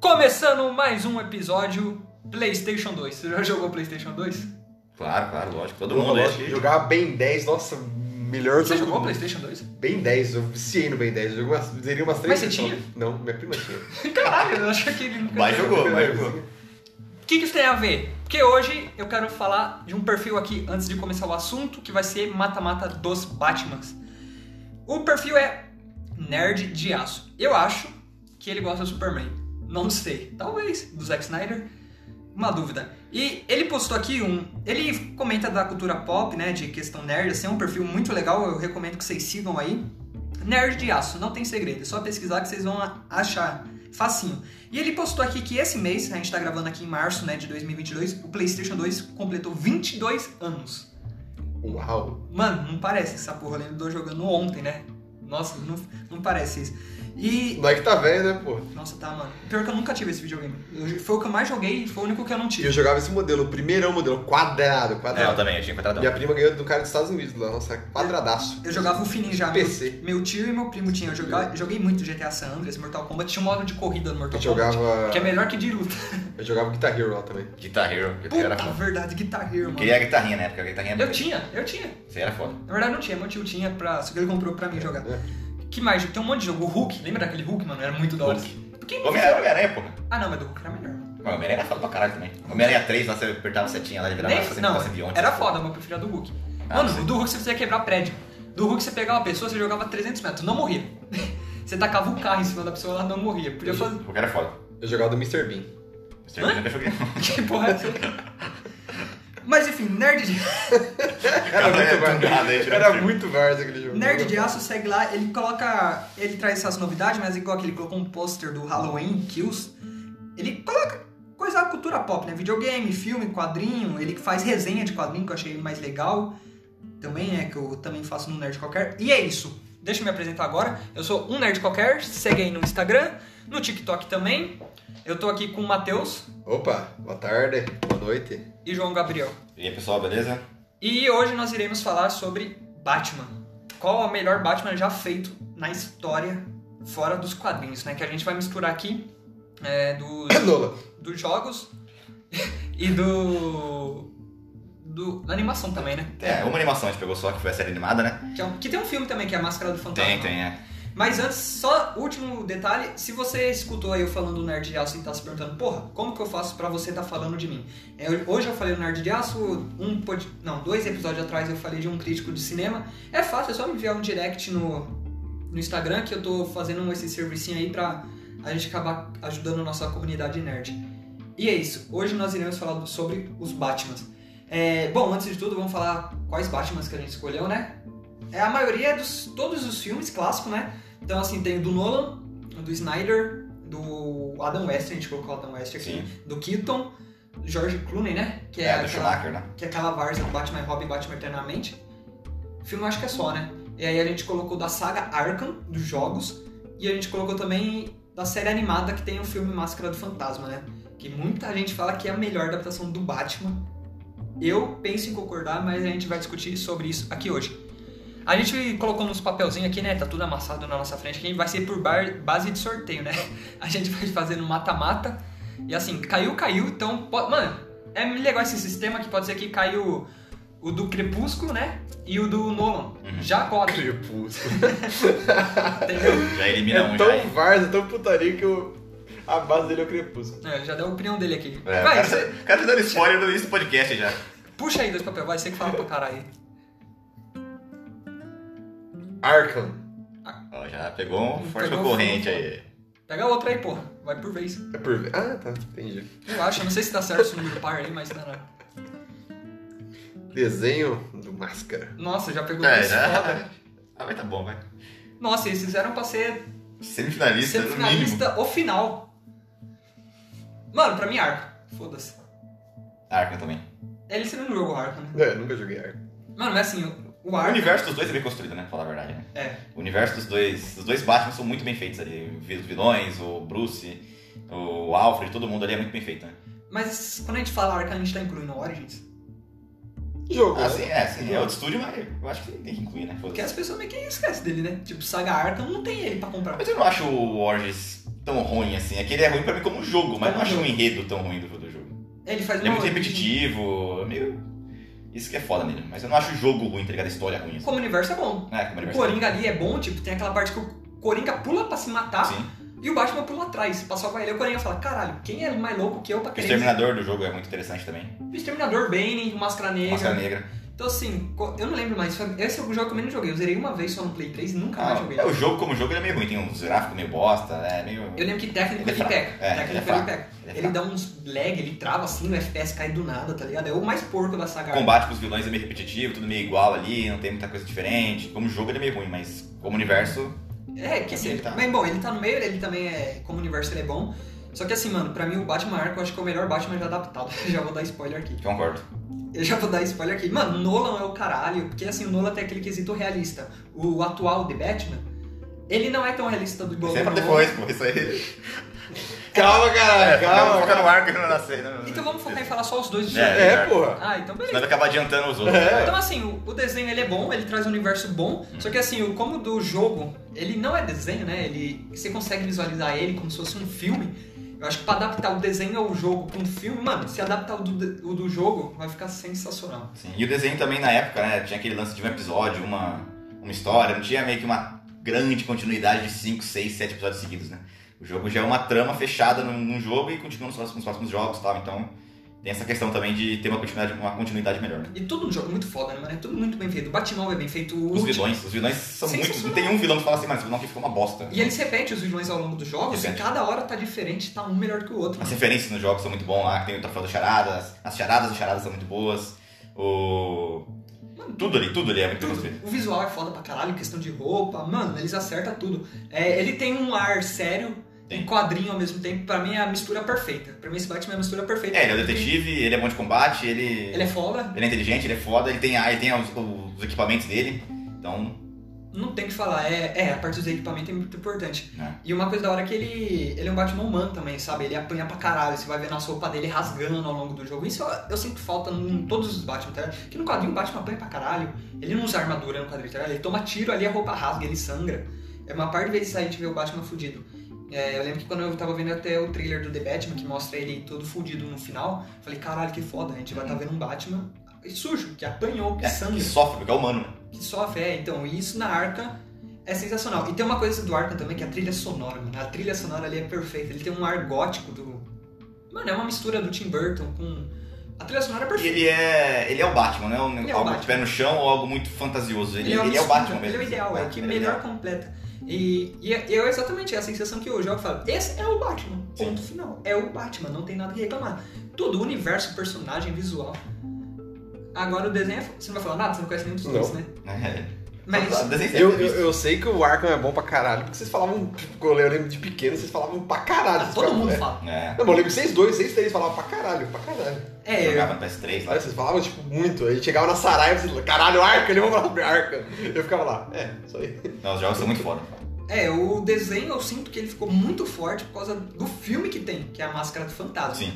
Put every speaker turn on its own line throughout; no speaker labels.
Começando mais um episódio PlayStation 2. Você já jogou PlayStation 2?
Claro, claro, lógico. Todo
Pô,
mundo é
lógico,
cheio.
Jogava bem 10, nossa, melhor
Você jogou
jogo do mundo.
PlayStation 2?
Bem 10, eu viciei no bem 10. Eu joguei umas, zerei umas
Mas
três
você
vezes
tinha?
só. Não, minha prima tinha.
Caralho, eu acho que ele nunca
Mas
jogou.
jogou, mas jogou.
O que, que isso tem a ver? Porque hoje eu quero falar de um perfil aqui antes de começar o assunto, que vai ser mata-mata dos Batmans. O perfil é Nerd de Aço. Eu acho que ele gosta do Superman. Não sei. Talvez. Do Zack Snyder. Uma dúvida. E ele postou aqui um. Ele comenta da cultura pop, né? De questão nerd, assim, é um perfil muito legal, eu recomendo que vocês sigam aí. Nerd de aço, não tem segredo, é só pesquisar que vocês vão achar. Facinho. E ele postou aqui que esse mês, a gente tá gravando aqui em março, né, de 2022, o PlayStation 2 completou 22 anos.
Um Uau.
Mano, não parece essa porra, eu lembro de eu jogando ontem, né? Nossa, não, não parece isso. E.
Não é que tá velho, né, pô?
Nossa, tá, mano. Pior que eu nunca tive esse videogame. Eu- foi o que eu mais joguei e foi o único que eu não
E
tive.
eu jogava esse modelo, o primeirão modelo, quadrado,
É, eu
quadrado.
também, eu tinha quadradão.
minha prima ganhou do cara dos Estados Unidos lá, nossa, quadradaço.
Eu jogava o fininho já.
PC.
Meu, meu tio e meu primo tinham. Eu jogava, joguei muito GTA San Andreas, Mortal Kombat. Tinha um modo de corrida no Mortal
Eu
Kombat.
jogava.
Que é melhor que de luta.
Eu jogava Guitar Hero lá também.
Guitar Hero, Guitar Hero era
Puta
foda.
verdade, Guitar Hero,
Eu
mano.
queria a guitarrinha, né? Porque a guitarrinha
Eu tinha, eu tinha.
Você era foda.
Na verdade não tinha, meu tio tinha pra. Só que ele comprou pra mim jogar. Que mais? Tem um monte de jogo. O Hulk, lembra daquele Hulk, mano? Era muito da hora. Por que-
Homem-Aranha, Homem-Aranha, porra.
Ah não, mas do Hulk era melhor. mano.
Mas Homem-Aranha era foda pra caralho também. Homem-Aranha 3, lá você apertava a setinha lá e virava
Nem,
você
não,
você bionte,
era
assim,
foda, mas eu preferia do Hulk.
Ah,
Mano,
sim.
do Hulk você precisava quebrar prédio. Do Hulk você pegava uma pessoa, você jogava 300 metros, não morria. Você tacava o carro em cima da pessoa, ela não morria. Podia fazer.
O cara era foda.
Eu jogava do Mr. Bean.
Mr. Bean nunca joguei. não.
Que porra é essa? Mas enfim, Nerd de,
Era
Cara, é
muito
tudo, né,
várzea.
tirando
Era
tiro.
muito várzea aquele jogo.
Nerd de Aço segue lá, ele coloca. Ele traz essas novidades, mas igual que ele colocou um pôster do Halloween Kills. Ele coloca coisa da cultura pop, né? Videogame, filme, quadrinho. Ele que faz resenha de quadrinho, que eu achei mais legal. Também, né? Que eu também faço no Nerd Qualquer. E é isso. Deixa eu me apresentar agora. Eu sou um Nerd Qualquer, segue aí no Instagram, no TikTok também. Eu tô aqui com o Matheus
Opa, boa tarde, boa noite.
e João Gabriel.
E aí, pessoal, beleza?
E hoje nós iremos falar sobre Batman. Qual é o melhor Batman já feito na história, fora dos quadrinhos, né? Que a gente vai misturar aqui é, dos,
Nola.
dos jogos e do, do. da animação também, né?
É, uma animação a gente pegou só, que foi a série animada, né?
Que, é um- que tem um filme também, que é a Máscara do Fantasma.
Tem, tem, é.
Mas antes, só último detalhe, se você escutou aí eu falando do Nerd de Aço e tá se perguntando, porra, como que eu faço pra você tá falando de mim? É, eu- hoje eu falei do Nerd de Aço, um pod... não, dois episódios atrás eu falei de um crítico de cinema. É fácil, é só me enviar um direct no, no Instagram que eu tô fazendo um, esse servicinho aí pra a gente acabar ajudando a nossa comunidade nerd. E é isso, hoje nós iremos falar sobre os Batmans. É, bom, antes de tudo, vamos falar quais Batmans que a gente escolheu, né? É, a maioria é dos todos os filmes clássicos, né? Então, assim, tem o do Nolan, o do Snyder, do Adam West, a gente colocou o Adam West aqui,
Sim.
do Keaton, do George Clooney, né? Que
É,
é,
do
aquela,
Schumacher, né?
que é aquela várzea do Batman e Robin Batman Eternamente. O filme eu acho que é só, né? E aí a gente colocou da saga Arkham, dos jogos, e a gente colocou também da série animada que tem o filme Máscara do Fantasma, né? Que muita gente fala que é a melhor adaptação do Batman. Eu penso em concordar, mas a gente vai discutir sobre isso aqui hoje. A gente colocou nos papelzinhos aqui, né? Tá tudo amassado na nossa frente aqui. Vai ser por bar- base de sorteio, né? A gente vai fazer no mata-mata. E assim, caiu, caiu. Então, po- mano, é legal esse sistema que pode ser que caiu o do Crepúsculo, né? E o do Nolan. Já agora,
Crepúsculo.
entendeu?
Já elimina um
É
já.
tão
hein?
várzea, tão putaria que eu... a base dele é o Crepúsculo.
É, já deu a opinião dele aqui.
É, o
vai,
cara,
você-
tá- o cara tá dando spoiler no início do podcast já.
puxa aí dois papel, vai, você que fala pra caralho.
Arkham.
Ó, já pegou um forte
Pegou
concorrente
fogo.
aí.
Pega outra aí, porra. Vai por vez.
É por... Ah, tá. Entendi.
Eu acho, eu não sei se tá certo esse número par aí, mas tá na...
Desenho do Máscara.
Nossa, já pegou
É,
dois foda.
já. Ah, mas tá bom, vai.
Nossa, eles fizeram pra ser
Semifinalista, no mínimo.
semifinalista ou final. Mano, pra mim, arco. Foda-se. É
Ah, Arkham também.
Ele você não jogou arco, né?
É, nunca joguei Arkham.
Mano, mas assim, o- o
O
arco...
universo dos dois é bem construído, né? Pra falar a verdade. né?
É,
O universo dos dois. Os dois Batman são muito bem feitos ali. Os vilões, o Bruce, o Alfred, todo mundo ali é muito bem feito, né?
mas quando a gente fala arco, a gente tá incluindo Origins.
Jogo. né?
Assim, é, assim, é outro estúdio, mas eu acho que tem que incluir, né?
Porque
Foda-se.
as pessoas meio que esquecem dele, né? Tipo, Saga Arkham não tem ele pra comprar.
Mas eu não acho o Orges tão ruim assim. É que ele é ruim pra mim como um jogo,
Como
mas não acho um
jogo.
enredo tão ruim do, do jogo.
Ele faz
Ele é
uma
muito
origem.
repetitivo, é meio. Isso que é foda nele. Mas eu não acho o jogo ruim, tá ligado? A história ruim. Assim.
Como universo é bom.
É, como ele
O
vai
Coringa ali é bom, tipo, tem aquela parte que o Coringa pula pra se matar
ser. Sim.
e o Batman pula atrás. Pra salvar ele, o Coringa fala, caralho, quem é mais louco que eu pra
O
querer...
exterminador do jogo é muito interessante também.
O Exterminador, Bane, o Máscara Negra.
Máscara Negra.
Então assim, co- eu não lembro mais. foi- Esse é o jogo que eu menos joguei. Eu zerei uma vez só no Play 3 e nunca mais
Ah,
joguei.
é, o jogo como jogo ele é meio ruim, tem uns gráficos meio bosta, é meio.
Eu lembro que técnico
Ele é
ele
fraco.
peca.
É, ele é
técnico ele
fraco.
peca.
Ele é
Ele dá uns lag, ele trava assim, o FPS cai do nada, tá ligado? É o mais porco da saga.
O combate com os vilões é meio repetitivo, tudo meio igual ali, não tem muita coisa diferente. Como jogo ele é meio ruim, mas como universo.
É, que assim,
Ele tá-
mas bom, ele tá no meio, ele também é, como universo ele é bom. Só que assim, mano, pra mim o Batman Arkham eu acho que é o melhor Batman já adaptado. Eu já vou dar spoiler aqui.
Concordo.
Eu já vou dar spoiler aqui. Mano, Nolan é o caralho, porque assim, o Nolan tem aquele quesito realista. O atual The Batman, ele não é tão realista do
Isso é pra
Nolan.
depois, pô. Isso aí.
Calma, caralho,
Calma,
calma.
foca É, no arco e não né? nasce. não-
Então vamos focar em falar só os dois de
É.
É, porra.
Ah, então beleza.
Senão vai acabar adiantando os outros.
É.
Então assim, o, o desenho ele é bom, ele traz um universo bom,
Hum.
só que assim, o como do jogo, ele não é desenho, né? Ele você consegue visualizar ele como se fosse um filme. Eu acho que pra adaptar o desenho ao jogo pra um filme, mano, se adaptar o do, de- o do jogo, vai ficar sensacional.
Sim. Assim, E o desenho também na época, né? Tinha aquele lance de um episódio, uma, uma história, não tinha meio que uma grande continuidade de 5, 6, 7 episódios seguidos, né? O jogo já é uma trama fechada num, num jogo e continua nos próximos, nos próximos jogos e tal. Então tem essa questão também de ter uma continuidade, uma continuidade melhor, né?
E tudo no jogo é muito foda, né, mano? É tudo muito bem feito. O Batman é bem feito. o
Os
último-
vilões, os vilões são muitos. Não
Sensacional.
tem um vilão que fala assim, mas o vilão que ficou uma bosta.
E eles repetem os vilões ao longo dos jogos
Repete.
e cada hora tá diferente, tá um melhor que o outro.
As referências nos jogos são muito bons lá, que tem o troféu das charadas, as charadas das charadas são muito boas. O. Tudo ali, tudo ali é muito bem construído.
O visual é foda pra caralho, questão de roupa, mano, eles acertam tudo. É, ele tem um ar sério
Tem.
e quadrinho ao mesmo tempo, pra mim é a mistura perfeita. Pra mim esse Batman é a mistura perfeita.
É, ele é o detetive, ele é bom de combate, ele.
Ele é foda,
Ele é inteligente, ele é foda, ele tem, a- ele tem os, os equipamentos dele. Então,
não tem o que falar, é, é, a parte dos equipamentos é muito importante.
né?
E uma coisa da hora é que ele, ele é um Batman humano também, sabe? Ele apanha pra caralho, você vai ver na roupa dele rasgando ao longo do jogo. Isso eu, eu sinto falta em todos os Batman, tá? ligado? Que no quadrinho o Batman apanha pra caralho, ele não usa armadura no quadrinho, tá? ligado? Ele toma tiro ali, a roupa rasga, ele sangra. É uma par de vezes a gente vê o Batman fudido. É, eu lembro que quando eu tava vendo até o trailer do The Batman, que mostra ele todo fudido no final, eu falei, caralho, que foda, a gente vai tá vendo um Batman sujo, que apanhou, que
Uhum. É,
sangra
que sofre, porque é humano, né?
que sofre, é, então, e isso na Arca é sensacional. E tem uma coisa do Arca também, que é a trilha sonora, mano. A trilha sonora ali é perfeita, ele tem um ar gótico do... Mano, é uma mistura do Tim Burton com... A trilha sonora é
E
perfeita.
ele é. Ele é o Batman, não é um-
Ele é o
algo
Batman.
de pé no chão ou algo muito fantasioso. Ele, ele,
uma
é o
mistura,
Batman mesmo.
Ele é o ideal, é, que
ele
melhor
ideal.
completa. E, e é, e é exatamente a sensação que eu jogo, eu falo, esse é o Batman,
Sim.
ponto final. É o Batman, não tem nada que reclamar. Tudo, universo, personagem, visual. Agora o desenho, é f- você não vai falar nada, você não conhece nenhum dos
Não.
dois, né?
É.
Mas...
Desenho sempre é
Eu,
visto.
eu, eu sei que o Arkham é bom pra caralho, porque vocês falavam, tipo, eu lembro de pequeno, vocês falavam pra caralho.
ah,
vocês
todo
ficavam-
mundo
é.
fala.
É.
Não, mas eu lembro que vocês dois, vocês três falavam pra caralho, pra caralho.
É, eu-
Jogava no PS3 lá.
Aí vocês falavam, tipo, muito. Aí chegava na Saraiva, vocês falavam, caralho, Arkham, ele vamos falar sobre Arkham. Eu ficava lá, é, isso aí.
Não, os jogos são muito foda.
É, o desenho eu sinto que ele ficou muito forte por causa do filme que tem, que é a Máscara do Fantasma.
Sim.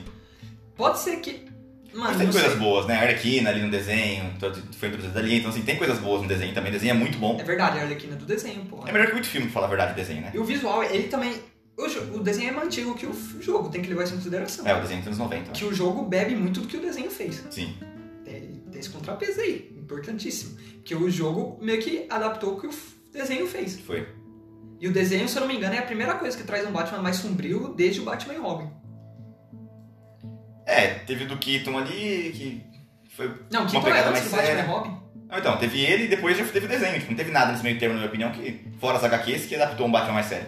Pode ser que. Mano,
Mas tem
não
coisas
sei.
boas, né? A Arlequina ali no desenho, todo- foi introduzida ali, então assim, tem coisas boas no desenho também. O desenho é muito bom.
É verdade, a Arlequina do desenho,
É
porra.
melhor que muito filme, pra falar a verdade, o desenho, né?
E o visual, ele também. O, jo- o desenho é mais antigo que o f- jogo, tem que levar isso em consideração.
É, o desenho dos anos 90.
Que o jogo bebe muito do que o desenho fez.
Sim.
Tem, tem esse contrapeso aí, importantíssimo. Que o jogo meio que adaptou o que o f- desenho fez.
Foi.
E o desenho, se eu não me engano, é a primeira coisa que traz um Batman mais sombrio desde o Batman e Robin.
É, teve o do Keaton ali, que foi
Não, que não
Uma
é
pegada
antes do Batman
mais
e
séria.
Robin?
Ah, Então, teve ele e depois já teve o desenho. Tipo, não teve nada nesse meio termo, na minha opinião, que, fora as HQs, que adaptou um Batman mais sério.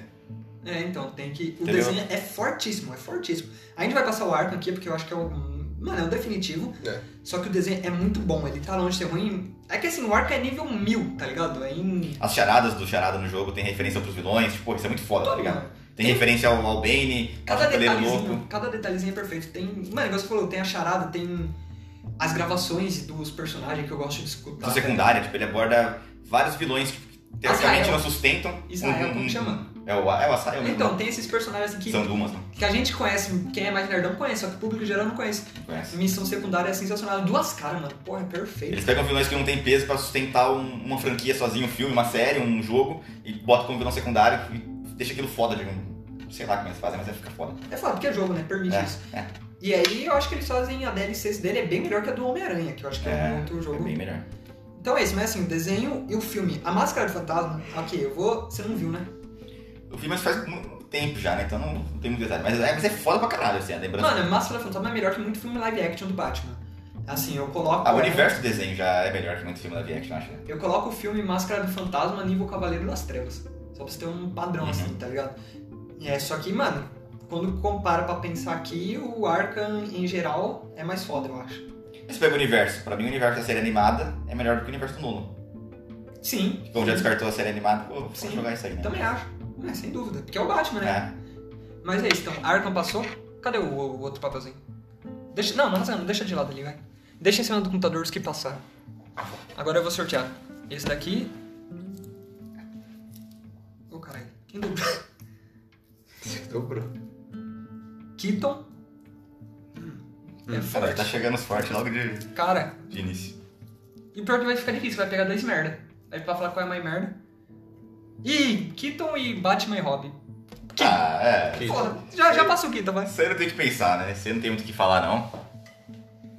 É, então, tem que. O
Entendeu?
desenho é fortíssimo, é fortíssimo. A gente vai passar o Arkham aqui, porque eu acho que é o. Mano, é o definitivo.
É.
Só que o desenho é muito bom, ele tá longe de ser ruim. É que assim, o Arkham é nível mil, tá ligado? É em.
As charadas do Charada no jogo tem referência pros vilões, tipo, isso é muito foda, tá ligado?
Todo-
Tem referência ao, ao Bane, ao
um Cada
Chapeleiro Louco.
detalhezinho, cada detalhezinho é perfeito. Tem. Mano, igual você falou, tem a charada, tem as gravações dos personagens que eu gosto de escutar.
Do
é.
secundário, tipo, ele aborda vários vilões que tipo, teoricamente
Israel.
não sustentam.
Israel, como que chama?
É o, é o Asael mesmo.
Então, tem esses personagens assim
São né?
que,
Dumas, não
que a gente conhece, quem é mais nerdão conhece, só que o público geral não conhece.
conhece.
Missão secundária é sensacional. Duas caras, mano. Porra, é perfeito.
Eles pegam vilões que não tem peso pra sustentar um- uma franquia sozinho, um filme, uma série, um jogo, e botam como vilão secundário e deixa aquilo foda de um. sei lá como eles fazem, mas vai ficar foda.
É foda, porque é jogo, né? Permite
É,
isso.
é.
E aí eu acho que eles fazem a DLC dele é bem melhor que a do Homem-Aranha, que eu acho que é,
É,
um outro
É
jogo.
bem melhor.
Então é isso, mas assim, o desenho e o filme. A Máscara do Fantasma, ok, eu vou. Você não viu, né?
Eu vi, mas faz muito tempo já, né? Então não, não tem muito detalhe. Mas é, mas é foda pra caralho, assim, a lembrança.
Mano, a Máscara do Fantasma é melhor que muito filme live action do Batman. Assim, eu coloco.
Ah, o universo do desenho já é melhor que muito filme live action, eu acho. né?
Eu coloco o filme Máscara do Fantasma nível Cavaleiro das Trevas. Só pra você ter um padrão,
Uhum.
assim, tá ligado? É, só que, mano, quando compara pra pensar aqui, o Arkham em geral é mais foda, eu acho.
Mas Você pega o universo. Pra mim, o universo da série animada é melhor do que o universo do Nulo.
Sim,
Como já descartou a série animada, pô, vamos
Sim.
jogar isso aí, né?
também acho. É, sem dúvida. Porque é o Batman, né?
É.
Mas é isso, então. Arkham passou. Cadê o, o outro papelzinho? Deixa, não, não, não, deixa de lado ali, vai. Deixa em cima do computador os que passaram. Agora eu vou sortear. Esse daqui. Ô caralho. Quem dobrou?
Dobrou.
Keaton. É
Cara, tá
forte.
chegando os fortes logo de,
Cara,
de início.
e pior que vai ficar difícil, vai pegar dois merda. Aí pra falar qual é mais merda. Ih, Keaton e Batman e Robin. Que-
Ah, é.
Que-
Porra, já, já passou o Keaton, vai.
Isso aí não tem o que pensar, né? Você não tem muito o que falar, não.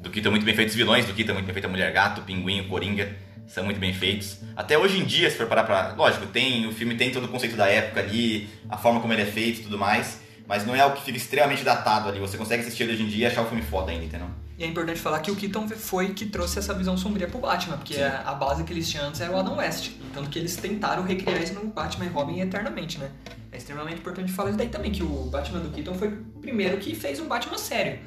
Do Kita muito bem feitos os vilões, do Kita muito bem feito a Mulher Gato, o Pinguim, o Coringa, são muito bem feitos. Até hoje em dia, se for parar pra. Lógico, tem, o filme tem todo o conceito da época ali, a forma como ele é feito e tudo mais, mas não é algo que fica extremamente datado ali. Você consegue assistir ele hoje em dia e achar o filme foda ainda, entendeu?
E é importante falar que o Keaton foi que trouxe essa visão sombria pro Batman, porque
Sim.
a, a base que eles tinham antes era o Adam West. Tanto que eles tentaram recriar isso no Batman e Robin eternamente, né? É extremamente importante falar isso daí também, que o Batman do Keaton foi o primeiro que fez um Batman sério.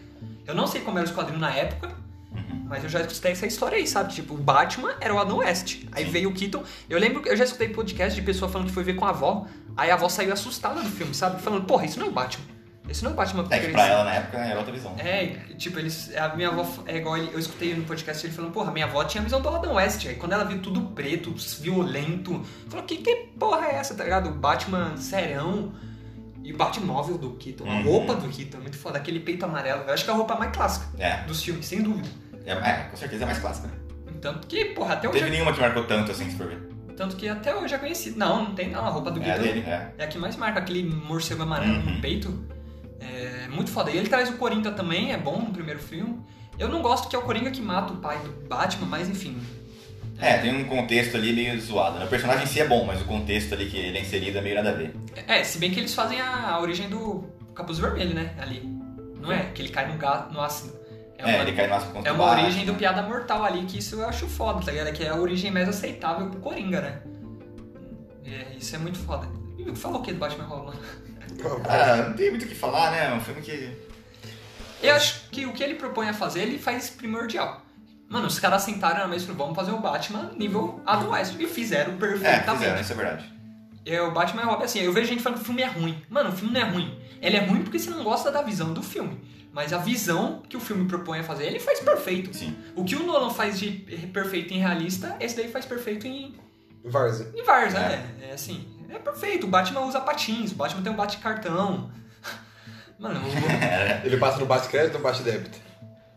Eu não sei como era os quadrinhos na época,
Uhum.
mas eu já escutei essa história aí, sabe? Tipo, o Batman era o Adam West. Aí
Sim.
veio o Keaton. Eu lembro que eu já escutei podcast de pessoa falando que foi ver com a avó, aí a avó saiu assustada do filme, sabe? Falando, porra, isso não é o Batman. Isso não é o Batman
É que pra ela na época era outra visão.
é, tipo, eles, a minha avó é igual ele, eu escutei no podcast ele falando, porra, minha avó tinha a visão do Adam West. Aí quando ela viu tudo preto, violento, falou, que, que porra é essa, tá ligado? O Batman serão. E o Batmóvel do Keaton, a
Uhum.
roupa do Keaton, é muito foda, aquele peito amarelo. Eu acho que é a roupa mais clássica
É,
dos filmes, sem dúvida.
é, é, com certeza é mais clássica. Né?
Tanto que, porra, até
Não
hoje,
teve nenhuma que marcou tanto assim, se for ver.
tanto que até hoje é conhecido. Não, não tem não, a roupa do
É a
Keaton
dele, é.
é a que mais marca aquele morcego amarelo
Uhum.
no peito. É muito foda. E ele traz o Coringa também, é bom no primeiro filme. Eu não gosto que é o Coringa que mata o pai do Batman, mas enfim.
É, tem um contexto ali meio zoado. Né? O personagem em si é bom, mas o contexto ali que ele é inserido é meio nada a ver.
É, se bem que eles fazem a, a origem do Capuz Vermelho, né? Ali. Não é? Que ele cai no, ga, no ácido.
É, ele cai no ácido
é uma origem do Piada Mortal ali, que isso eu acho foda, tá ligado? Que é a origem mais aceitável pro Coringa, né? É, isso é muito foda. Ih, Fala o que do Batman né? Rolando?
Então,
Ah, não tem muito o que falar, né? É um filme que.
Eu acho que o que ele propõe a fazer, ele faz primordial. Mano, os caras sentaram na mesa e falaram, vamos fazer o Batman nível Adam West. E fizeram
É,
perfeitamente.
fizeram, isso é verdade.
É, o Batman e Robin, assim, eu vejo gente falando que o filme é ruim. Mano, o filme não é ruim. Ele é ruim porque você não gosta da visão do filme. Mas a visão que o filme propõe a fazer, ele faz perfeito.
Sim.
O que o Nolan faz de perfeito em realista, esse daí faz perfeito em,
Varza.
em Vars, né? É assim, é perfeito. O Batman usa patins, o Batman tem um bate-cartão. Mano, eu...
Ele passa no bate crédito ou no bate débito?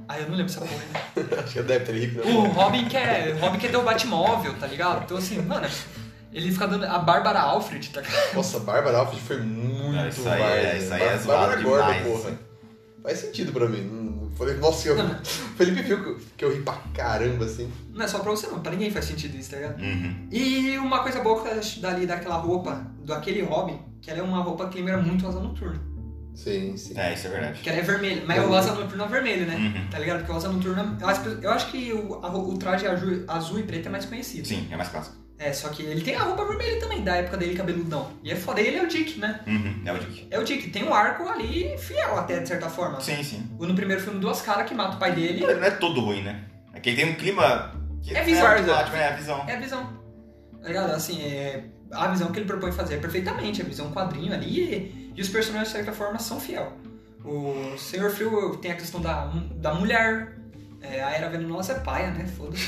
Ai, eu não lembro essa porra. né?
Acho que é débito, ele é rico, né?
O Robin quer, o Robin quer ter o Batmóvel, tá ligado? Então assim, mano, ele fica dando a Bárbara Alfred, tá ligado?
Nossa, Bárbara Alfred foi muito
Não, isso aí é-
Bárbara.
isso aí é
Bárbara
zoado
Gordon,
demais,
porra.
assim.
Faz sentido pra mim. Hum, Falei, nossa, eu...
Não.
Felipe viu que eu, que eu ri pra caramba, assim.
Não é só pra você não, pra ninguém faz sentido isso, tá ligado?
Uhum.
E uma coisa boa que eu acho dali daquela roupa, do aquele Robin, que ela é uma roupa que lembra muito Asa Noturna.
Sim, sim.
É, isso é verdade.
Que ela é vermelha, mas o Asa Noturna é vermelho, né?
Uhum.
Tá ligado? Porque o Asa Noturna, eu acho- eu acho que o, a ro- o traje azul, azul e preto é mais conhecido.
Sim, é mais clássico.
É, só que ele tem a roupa vermelha também, da época dele cabeludão. E é foda, ele é o Dick, né?
Uhum. É o Dick.
É o Dick, tem um arco ali fiel até, de certa forma.
Sim, sim.
No primeiro filme, duas caras que matam o pai dele
Ele não é todo ruim, né? É que ele tem um clima. Que
É visão,
É,
né?
Batman, é a visão.
É a visão. Tá ligado? Assim, é a visão que ele propõe fazer é perfeitamente, a visão quadrinho ali, e, e os personagens, de certa forma, são fiel. O Sr. Phil tem a questão da, da mulher, é, a Era Venenosa é paia, né? Foda-se.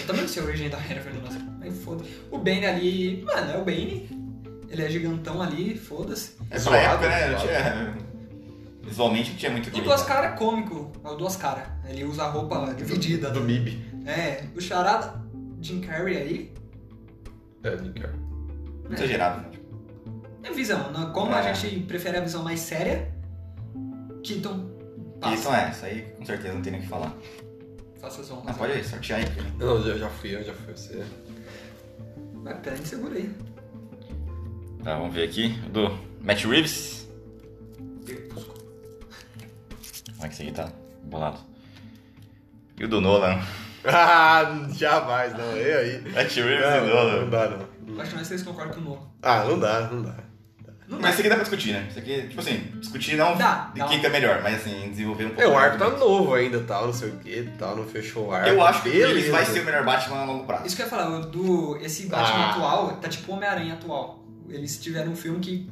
Eu também não sei a origem da Era Venenosa, mas foda-se. O Bane ali, mano, é o Bane. Ele é gigantão ali, foda-se.
É pra
Zoado,
época, né? Não
zoado.
tinha. Visualmente não tinha muito o que
É. E Duas Cara é cômico, é o Duas Cara. Ele usa a roupa dividida. né?
Do MIB.
É, o Charada Jim Carrey aí,
É, Nick Carter.
né?
Exagerado.
É visão. né? Como a
É.
gente prefere a visão mais séria, então, Keaton passa.
Isso é, isso aí com certeza não tem nem o que falar.
Faça só um.
Ah, pode aí, sortear aí. pra mim.
Não, eu já fui, eu já fui você.
Vai, pera, me segura aí.
Tá, vamos ver aqui. o Do Matt Reeves. Como é que esse aqui tá? Bolado. E o do Nolan.
Ah, jamais, não. E aí?
Matt Reeves e
Não,
Nolan.
não dá, não.
Acho que nós três concordam com o Nolan.
Ah, não dá, não dá.
Não
Mas isso aqui dá pra discutir, né? Isso aqui, tipo assim, discutir não
Dá,
de
dá. um
quem que é melhor, mas assim, desenvolver um pouco.
É, o arco
do
tá
argumento.
novo ainda, tal, não sei o que, tal, não fechou o arco. né?
Eu acho que o
Beleza.
Reeves vai ser o melhor Batman a longo prazo.
Isso que eu ia falar, o do, esse Batman
Ah.
atual tá tipo o Homem-Aranha atual. Eles tiveram um filme que,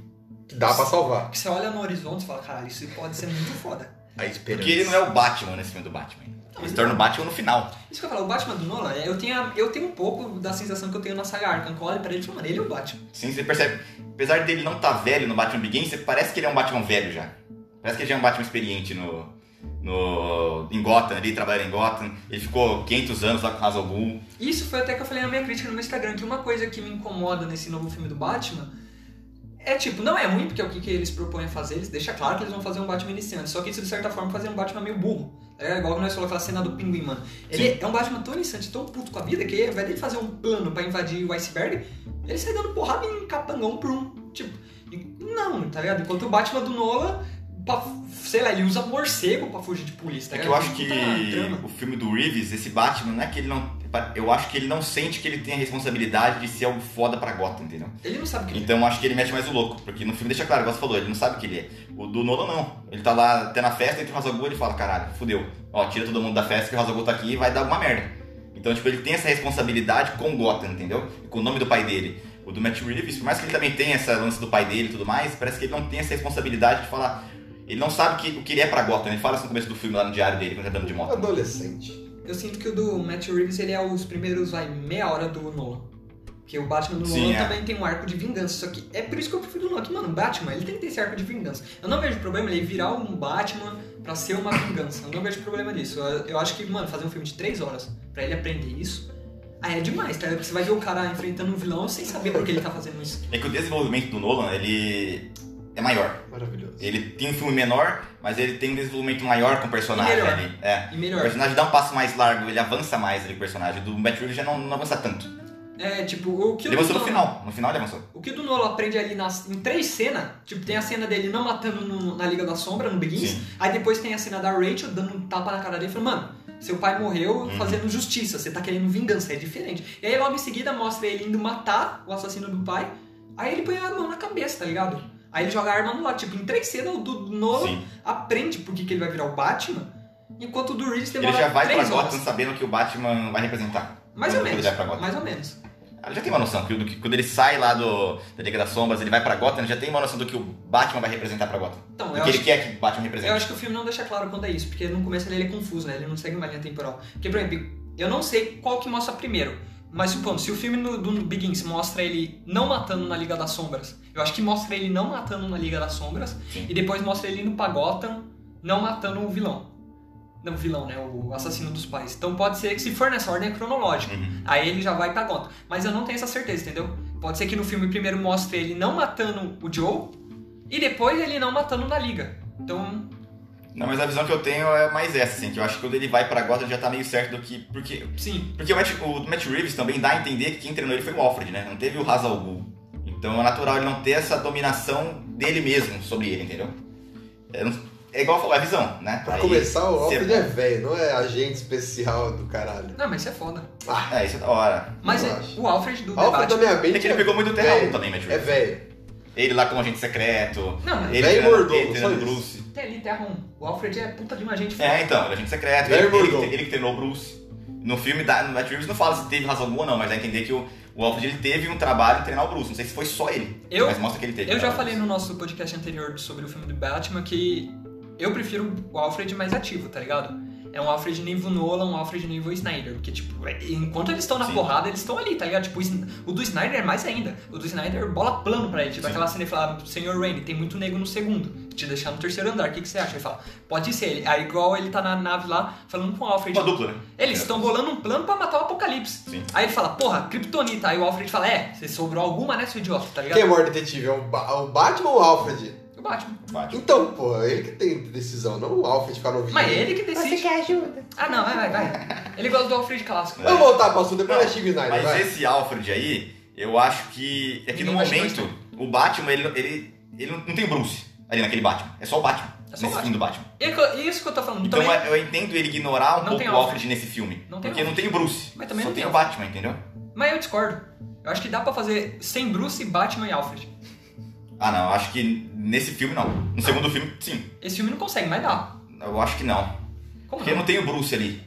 Que Dá pra salvar.
que você olha no horizonte e fala, caralho, isso pode ser muito foda.
A esperança.
Porque ele não é o Batman nesse filme do Batman. Ele se torna o Batman no final.
Isso que eu ia falar, o Batman do Nolan, eu tenho, a- eu tenho um pouco da sensação que eu tenho na saga Arkham, que eu olho pra ele e falo, mano, ele é o Batman.
Sim, você percebe. Apesar dele não estar velho no Batman Begins, você parece que ele é um Batman velho já. Parece que ele já é um Batman experiente no. no em Gotham, ali trabalha em Gotham. Ele ficou 500 anos lá com o Hazel Ghul.
Isso foi até que eu falei na minha crítica no meu Instagram, que uma coisa que me incomoda nesse novo filme do Batman é tipo, não é ruim, porque é o que, que eles propõem a fazer, eles deixam claro que eles vão fazer um Batman iniciante, só que isso de certa forma fazer um Batman meio burro. É igual que nós falamos aquela cena do pinguim, mano. Ele é um Batman tão iniciante, tão puto com a vida, que ao invés dele fazer um plano pra invadir o iceberg, ele sai dando porrada em capangão por um. Tipo, e- não, tá ligado? Enquanto o Batman do Nola, pra- sei lá, ele usa morcego pra fugir de polícia, tá
É que eu
ligado?
acho que
Puta trama.
o filme do Reeves, esse Batman, não é que ele não. Eu acho que ele não sente que ele tem a responsabilidade de ser algo foda pra Gotham, entendeu?
Ele não sabe o que ele
Então eu acho que ele mete mais o louco, porque no filme deixa claro, igual você falou, ele não sabe o que ele é. O do Nolan não. Ele tá lá até na festa, entra o Hazagul ele fala, caralho, fudeu. Ó, tira todo mundo da festa que o Hazagul tá aqui e vai dar alguma merda. Então, tipo, ele tem essa responsabilidade com o Gotham, entendeu? E com o nome do pai dele. O do Matt Reeves, por mais que ele também tenha essa lance do pai dele e tudo mais, parece que ele não tem essa responsabilidade de falar. Ele não sabe que- o que ele é pra Gotham. Ele fala isso no começo do filme, lá no diário dele, quando ele tá andando de moto.
Adolescente.
Eu sinto que o do Matt Reeves ele é os primeiros, vai, meia hora do Nolan. Porque o Batman do
Sim,
Nolan
é.
também tem um arco de vingança. Só que é por isso que eu prefiro o Nolan. que, Mano, o Batman, ele tem que ter esse arco de vingança. Eu não vejo problema ele virar um Batman pra ser uma vingança. Eu não vejo problema nisso. Eu, eu acho que, mano, fazer um filme de três horas pra ele aprender isso, aí é demais, tá? Você vai ver o cara enfrentando um vilão sem saber por que ele tá fazendo isso.
É que o desenvolvimento do Nolan, ele é maior.
Maravilhoso.
Ele tem um filme menor, mas ele tem um desenvolvimento maior com o personagem
E melhor.
ali. É.
E
O
melhor,
personagem dá um passo mais largo, ele avança mais ali o personagem. Do Matt Reeves já não, não avança tanto.
é tipo, o que o
Ele avançou no
Nolan-
final. No final ele avançou.
O que o Nolan aprende ali nas, em três cenas, tipo, tem a cena dele não matando no- na Liga da Sombra, no Begins,
Sim.
aí depois tem a cena da Rachel dando um tapa na cara dele e falando, mano, seu pai morreu
Uhum.
fazendo justiça, você tá querendo vingança, é diferente. E aí logo em seguida mostra ele indo matar o assassino do pai, aí ele põe a mão na cabeça, tá ligado? Aí ele joga a arma no lado, tipo, em três cenas o do Nolan
Sim.
aprende por que que ele vai virar o Batman, enquanto o do Reeves demora
Ele já vai pra
três
Gotham
horas.
sabendo que o Batman vai representar.
Mais ou
Ele
menos,
vai pra Gotham.
mais ou menos.
Ele já tem uma noção que, do que quando ele sai lá do, da Liga das Sombras, ele vai pra Gotham, ele já tem uma noção do que o Batman vai representar pra Gotham.
Então,
Do
eu
que
acho
ele quer que o Batman
Eu
represente.
acho que o filme não deixa claro quando é isso, porque no começo ele é confuso, né? Ele não segue uma linha temporal. Porque, por exemplo, eu não sei qual que mostra primeiro. Mas supondo, se o filme no- do Begins mostra ele não matando na Liga das Sombras, eu acho que mostra ele não matando na Liga das Sombras,
Sim.
e depois mostra ele no Pagotan não matando o vilão. Não, o vilão, né? O assassino dos pais. Então pode ser que se for nessa ordem é cronológica.
Uhum.
Aí ele já vai pra Gotham. Mas eu não tenho essa certeza, entendeu? Pode ser que no filme primeiro mostre ele não matando o Joe e depois ele não matando na Liga. Então
Não, mas a visão que eu tenho é mais essa, assim, que eu acho que quando ele vai pra Gotham já tá meio certo do que. Porque
Sim,
Porque o Matt, o Matt Reeves também dá a entender que quem treinou ele foi o Alfred, né? Não teve o Hazal Ghul. Então é natural ele não ter essa dominação dele mesmo sobre ele, entendeu? É, não- é igual falou, é visão, né?
Pra
Aí-
começar, o
cê-
Alfred é velho, não é agente especial do caralho.
não, mas isso é foda.
Ah,
É, isso é da hora.
Mas
Eu
é-
acho.
o Alfred do
Alfred da
debate.
minha
É
mente
que ele pegou muito Terra 1 também, Matt
é
Reeves.
velho. Ah,
Ele lá como agente secreto.
Não, mas
Ele
Velho
treinando-
mordomo,
ele treinando
só isso.
Bruce.
até ali terra um. O Alfred é puta de uma gente foda.
É, então, ele é agente secreto.
Velho
Ele, ele,
mordomo.
que- ele que treinou o Bruce. No filme, da, no Matt Reeves não fala se teve razão alguma ou não, mas dá a entender que o, o Alfred ele teve um trabalho em treinar o Bruce. Não sei se foi só ele,
Eu-
mas mostra que ele teve.
Eu já
né?
falei no nosso podcast anterior sobre o filme do Batman que eu prefiro o Alfred mais ativo, tá ligado? É um Alfred nível Nolan, um Alfred nível Snyder. Porque, tipo, é- enquanto eles estão na
Sim.
porrada, eles estão ali, tá ligado? Tipo, o Sn- o do Snyder é mais ainda. O do Snyder bola plano pra ele. Tipo,
Sim.
aquela cena ele fala, Senhor Rainey, tem muito nego no segundo. Te deixar no terceiro andar, o que, que você acha? Ele fala, pode ser ele. Aí igual ele tá na nave lá, falando com o Alfred.
Uma dupla, né?
Eles
É.
estão bolando um plano pra matar o Apocalipse.
Sim.
Aí ele fala, porra, Kryptonita. Aí o Alfred fala, é, você sobrou alguma, né, seu idiota, tá ligado?
Quem é o maior detetive? É o, Ba- o Batman ou o Alfred?
O Batman.
Batman.
Então, porra, ele que tem decisão, não o Alfred ficar no vídeo.
Mas ele que decide.
quer ajuda?
Ah, não, vai, vai, vai. Ele gosta do Alfred clássico.
É.
Vamos voltar pro assunto, depois
Não,
é Steve Snyder,
Mas
vai.
esse Alfred aí, eu acho que. É que no
Ninguém imaginou
momento, o Batman, ele, ele, ele não tem o Bruce ali naquele Batman. É só o
É
Batman.
só o
nesse
Batman.
filme do Batman.
E é que- e isso que eu tô falando.
Então
também,
eu entendo ele ignorar um
Não
pouco
tem
o
Alfred.
Alfred nesse filme.
Não tem
porque não tem o Bruce.
Mas também
só
não
tem
tem
o Batman, entendeu?
Mas eu discordo. Eu acho que dá pra fazer sem Bruce, Batman e Alfred.
Ah, não. eu Acho que nesse filme não. No segundo filme, sim.
Esse filme não consegue, mas dá.
Eu acho que não.
Como
Porque
não?
não tem o Bruce ali.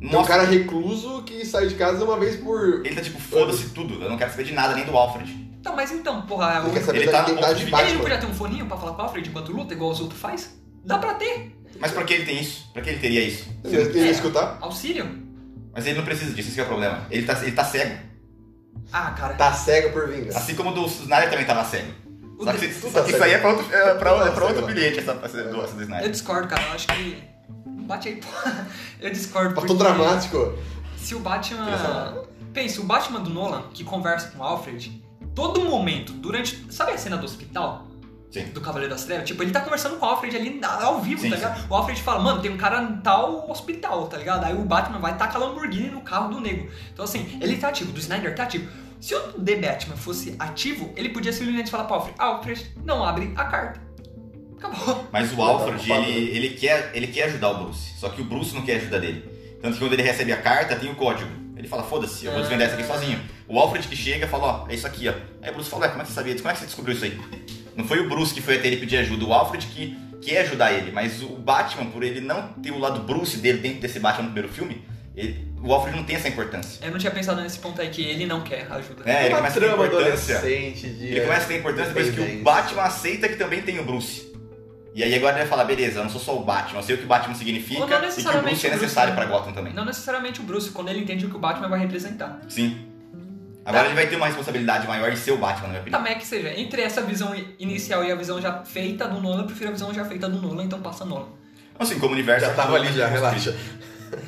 Tem um
Mostra.
cara recluso que sai de casa uma vez por.
Ele tá tipo, foda-se tudo. Eu não quero saber de nada, nem do Alfred.
Então, mas então, porra.
Ele
o-
quer saber
Ele
da
tá no
identidade
ponto de-
de
Ele não
Batman.
podia ter um foninho pra falar com o Alfred enquanto luta, igual os outros faz? Dá pra ter.
Mas pra que ele tem isso? Pra que ele um teria isso?
Ele ia escutar?
Auxílio.
Mas ele não precisa disso, esse que é o problema. Ele tá, ele tá cego.
Ah, cara.
Tá cego por vingança.
Assim como o do Snyder também tava cego.
O
Só que,
de-
se-
tu
só
tá
que isso
cego.
aí é pra outro, é pra,
Tu tá
é pra outro
cego.
bilhete, essa, essa do, essa do Snyder.
Eu discordo, cara. Eu acho que. Bate aí, porra. Eu discordo.
Tô
porque
Tá dramático.
Se o Batman.
Trilha sonora.
Pensa, o Batman do Nolan, que conversa com o Alfred, todo momento, durante. Sabe a cena do hospital?
Sim.
do Cavaleiro das Trevas, tipo, ele tá conversando com o Alfred ali na- ao vivo,
Sim,
tá ligado? O Alfred fala, mano, tem um cara em tal hospital, tá ligado? Aí o Batman vai tacar a Lamborghini no carro do nego. Então, assim, ele tá ativo, do Snyder tá ativo. Se o The Batman fosse ativo, ele podia simplesmente falar pro Alfred, Alfred, não abre a carta. Acabou.
Mas o
Eu tava
Alfred,
ocupado,
ele, ele, quer, ele quer ajudar o Bruce. Só que o Bruce não quer ajuda dele. Tanto que quando ele recebe a carta, tem o código. Ele fala, foda-se, eu
Ah.
vou desvendar isso aqui sozinho. O Alfred que chega fala, ó, é isso aqui, ó. Aí o Bruce fala, ué, como é que você sabia disso? Como é que você descobriu isso aí? Não foi o Bruce que foi até ele pedir ajuda, o Alfred que quer ajudar ele. Mas o Batman, por ele não ter o lado Bruce dele dentro desse Batman no primeiro filme, ele- o Alfred não tem essa importância.
Eu não tinha pensado nesse ponto aí que ele não quer ajuda.
É, ele
uma
começa a ter
Tá trama
importância.
adolescente de.
Ele começa a ter importância depois que o
Entendi.
Batman aceita que também tem o Bruce. E aí agora ele vai falar, beleza, eu não sou só o Batman, eu sei o que o Batman significa
Ou não
e que o
necessariamente
Bruce é
o Bruce,
necessário
né?
pra Gotham também.
Não necessariamente o Bruce, quando ele entende o que o Batman vai representar.
Sim. Agora
Tá.
ele vai ter uma responsabilidade maior de ser o Batman, na minha opinião.
Também é que seja, entre essa visão i- inicial e a visão já feita do Nolan, eu prefiro a visão já feita do Nolan, então passa Nolan.
Assim, como universo...
Já tava ali, já, relaxa.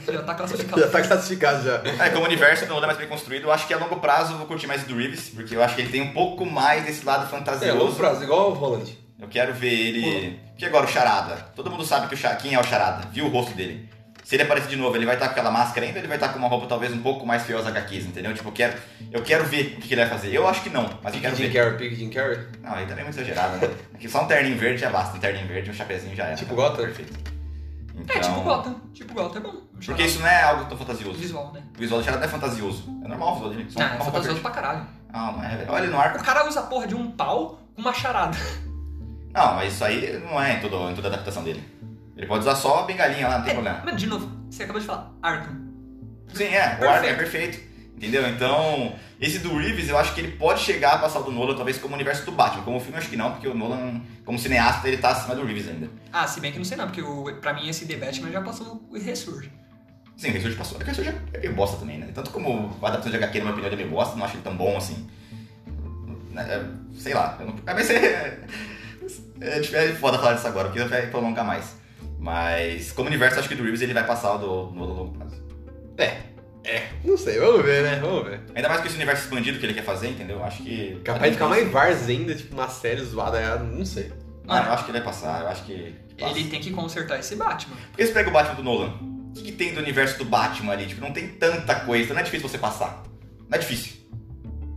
Já tá classificado.
Já tá classificficado já.
É, como universo não é mais bem construído, eu acho que a longo prazo eu vou curtir mais do Reeves, porque eu acho que ele tem um pouco mais desse lado
É, longo
fantasioso.
prazo, igual o Holland.
eu quero ver ele... Porque agora o Charada, todo mundo sabe que o Cha- quem é o Charada, viu o rosto dele. Se ele aparecer de novo, ele vai estar com aquela máscara ainda, ele vai estar com uma roupa talvez um pouco mais feiosa que a Kiss, entendeu? Tipo, eu quero, eu quero ver o que que ele vai fazer. Eu acho que não, mas eu
Pique
quero
Jim
ver.
Carrey, pique Jim Carrey.
Não, aí também é muito exagerado, né? Aqui só um terninho verde já basta, um terninho verde, um chapeuzinho já era.
Tipo Gotham?
Perfeito. Então,
É, tipo Gotham. Tipo Gotham é bom. Um
Porque
charada.
isso não é algo tão fantasioso.
Visual, né?
O visual do charada é fantasioso. É normal o visual dele. Só
Ah,
uma
é
roupa
fantasioso
verde.
pra caralho.
Ah, não é, velho. Olha ele no ar.
O cara usa a porra de um pau com uma charada.
Não, mas isso aí não é em, todo, em toda a adaptação dele. Ele pode usar só a bengalinha
É.
lá, não tem problema.
Mano, de novo, você acabou de falar. Arkham.
Sim, é. O
Perfeito.
Arkham é perfeito. Entendeu? Então, esse do Reeves, eu acho que ele pode chegar a passar o do Nolan, talvez como o universo do Batman. Como filme, eu acho que não, porque o Nolan, como cineasta, ele tá acima do Reeves ainda.
Ah, se bem que não sei não, porque o, pra mim esse The Batman já passou o Ressurge.
Sim, o Resurge passou. É que o Resurge é meio bosta também, né? Tanto como a adaptação de HQ, na minha opinião, ele é meio bosta, não acho ele tão bom assim. Né, é, Sei lá. Eu não... é, Mas é... É, tipo, é foda falar disso agora, porque eu vai prolongar mais. Mas, como universo, acho que o do Reeves ele vai passar o do no longo prazo. É.
Não sei, vamos ver, né? Vamos ver.
Ainda mais com esse universo expandido que ele quer fazer, entendeu? Acho que.
Capaz de ficar mais Vars ainda, tipo, uma série zoada, eu não sei.
Mano, eu acho que ele vai passar, eu acho que. que passa.
Ele tem que consertar esse Batman.
Por que você pega o Batman do Nolan? O que, que tem do universo do Batman ali? Tipo, não tem tanta coisa, então não é difícil você passar. Não é difícil.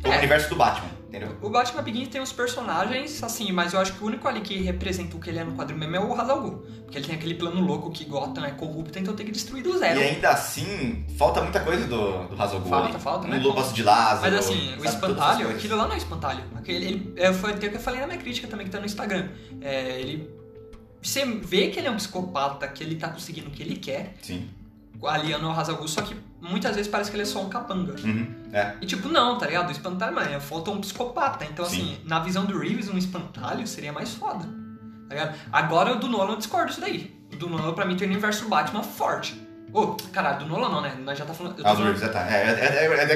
Como
É.
o universo do Batman, entendeu?
O Batman Begins tem uns personagens, assim, mas eu acho que o único ali que representa o que ele é no quadrinho mesmo é o Hazal Ghul. Porque ele tem aquele plano louco que Gotham é corrupta, então tem que destruir do zero.
E ainda assim, falta muita coisa do, do Hazogul.
Falta, falta, né?
Um Lobos de Lázaro.
Mas assim, o
sabe, todas essas
espantalho,
coisas.
aquilo lá não é espantalho. Aquele, ele, é, foi até o que eu falei na minha crítica também, que tá no Instagram. É, ele. Você vê que ele é um psicopata, que ele tá conseguindo o que ele quer,
Sim.
aliando ao Hazalgu, só que muitas vezes parece que ele é só um capanga.
Uhum.
E tipo, não, tá ligado? O espantalho, mano, é- falta um psicopata. Então,
Sim.
assim, na visão do Reeves, um espantalho seria mais foda. Tá ligado? Agora, o do Nolan, eu discordo disso daí. do Nolan, pra mim, tem um universo Batman forte. Ô, caralho, do Nolan não, né? Nós já tá falando. eu tô
Ah, os
falando-
Reeves, já tá. É, é, é, é até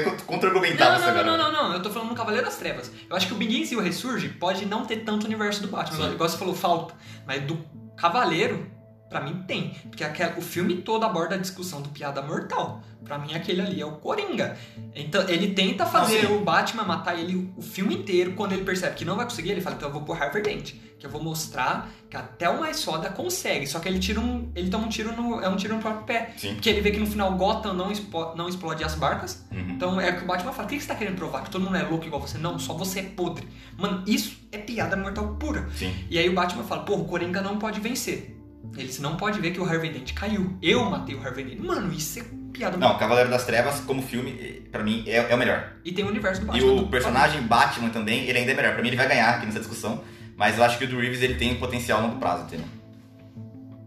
Não,
contra-argumentável essa
não, não, não,
galera.
não, não. Eu tô falando no Cavaleiro das Trevas. Eu acho que o Begins e o Ressurge pode não ter tanto universo do Batman.
Sim.
Igual você falou, falta. Mas do Cavaleiro, pra mim tem. Porque aquela- o filme todo aborda a discussão do piada mortal. Pra mim, aquele ali é o Coringa. Então, ele tenta fazer
sim.
o Batman matar ele o filme inteiro. Quando ele percebe que não vai conseguir, ele fala, então eu vou pro Harvard Dent. Que eu vou mostrar que até o mais foda consegue. Só que ele tira um... Ele toma um tiro no... É um tiro no próprio pé.
Sim.
Porque ele vê que no final Gotham não, expo- não explode as barcas.
Uhum.
Então é o que o Batman fala, o que você tá querendo provar? Que todo mundo é louco igual você? Não, só você é podre. Mano, isso é piada mortal pura.
Sim.
E aí o Batman fala, pô, o Coringa não pode vencer. Eles não pode ver que o Harvey Dent caiu. Eu matei o Harvey Dent. Mano, isso é piada mortal.
Não, Cavaleiro das Trevas, como filme, pra mim, é, é o melhor.
E tem o universo do
E
Batman.
o personagem Batman também, ele ainda é melhor. Pra mim, ele vai ganhar aqui nessa discussão. Mas eu acho que o do Reeves, ele tem um potencial a longo prazo, entendeu?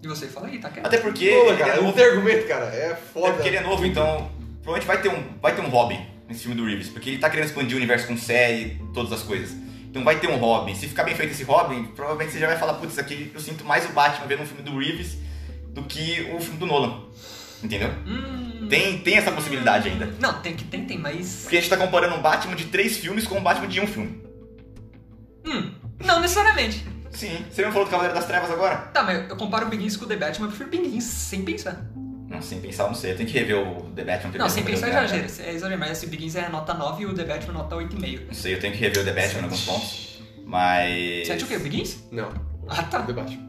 E você fala, aí, tá quieto.
Até porque... ele
Pô,
é
cara, não
novo,
tem argumento, cara. É
até
foda.
porque ele é novo, então... Provavelmente vai ter um, vai ter um Robin nesse filme do Reeves. Porque ele tá querendo expandir o universo com série, todas as coisas. Então vai ter um Robin. Se ficar bem feito esse Robin, provavelmente você já vai falar, putz, isso aqui eu sinto mais o Batman vendo um filme do Reeves do que o filme do Nolan. Entendeu?
Hum,
Tem, tem essa possibilidade ainda.
Não, tem que tem, tem, mas.
Porque a gente tá comparando um Batman de três filmes com um Batman de um filme.
Hum, não necessariamente.
Sim. Você não falou do Cavaleiro das Trevas agora?
Tá, mas eu comparo o Begins com o The Batman, eu prefiro o Begins, sem pensar.
Não, sem pensar, eu não sei. Eu tenho que rever o The Batman.
Não, sem
porque eu
pensar
né?
é
tenho-
exagero. É exagero, mas esse Begins é nota 9 e o The Batman é nota 8,5.
Não sei, eu tenho que rever o The Batman em alguns pontos. Mas...
Você acha o quê? O Begins?
Não.
Ah, tá.
Debate.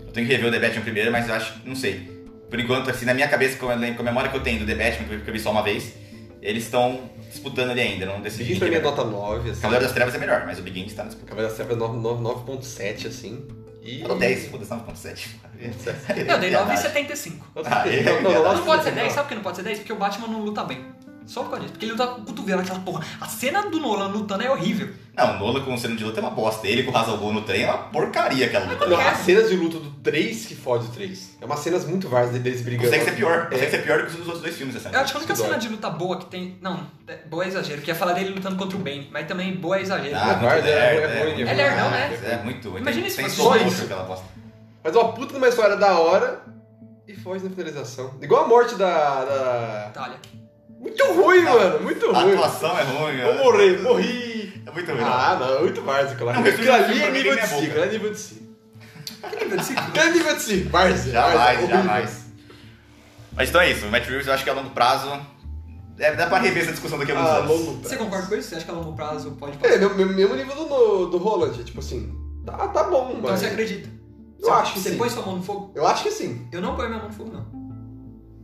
Eu tenho que rever o The Batman primeiro, mas eu acho... Não sei. Por enquanto, assim, na minha cabeça, com a com a memória que eu tenho do The Batman, que eu vi só uma vez, eles estão disputando ali ainda, não decidi.
Seguinte
quem
pra
é
mim é
melhor.
nota 9, assim.
Cavaleiro das Trevas é melhor, mas o Begins tá na disputa.
Cavaleiro das Trevas é 9, 9, 9.7, assim. E...
Nota 10, foda-se, 9.7.
Não, dei 9,75.
Ah, é?
Não, não,
Não pode ser 10,
não.
sabe por que não pode ser 10? Porque o Batman não luta bem. Só por causa disso. Porque ele luta com o cotovelo, aquela porra. A cena do Nolan lutando é horrível.
Não, o Nolan com o cena de luta é uma bosta. Ele com o Hazalgu no trem é uma porcaria aquela luta.
Não, as cenas de luta do 3 que fode o 3. É umas cenas muito várias deles brigando.
Consegue ser pior.
É.
Consegue ser pior do que os outros dois filmes, assim. essa.
Eu acho que a única
Isso dói.
cena de luta boa que tem. Não, é- boa é exagero. Porque ia falar dele lutando contra o Bane. Mas também boa é exagero.
Ah, muito
Guarda, é
lerdo,
ruim
muito
demais.
É lerdão, né?
lerdo, É muito ruim.
Imagina
Tem-
se
tem
fosse
só
só
luxo
isso.
aquela bosta.
Mas uma puta numa história da hora e foge na finalização. Igual a morte da. da-
Itália.
Muito ruim, mano. Muito
A
ruim.
atuação é ruim.
Vou
é-
morrer, morri.
É muito ruim.
Ah, não, é muito várzea lá.
Não, mas
Aquilo ali
pra
é
mim,
nível
nem
de
é
si,
boca.
cara, é nível de si.
Que nível de né? ciclo?
É nível de si, várzea. várzea,
Jamais,
é horrível.
jamais. Mas então é isso. O Matt Reeves eu acho que a longo prazo. É, dá pra rever essa discussão daqui a alguns
Ah,
anos.
longo
Você
prazo.
concorda com isso? Você acha que a longo prazo pode
É,
passar?
mesmo, mesmo- mesmo nível do, do, do Roland, tipo assim, tá, tá bom,
Então
mas...
você acredita?
Eu acho que
Você
sim.
põe sua mão no fogo?
Eu acho que sim.
Eu não ponho minha mão no fogo, não.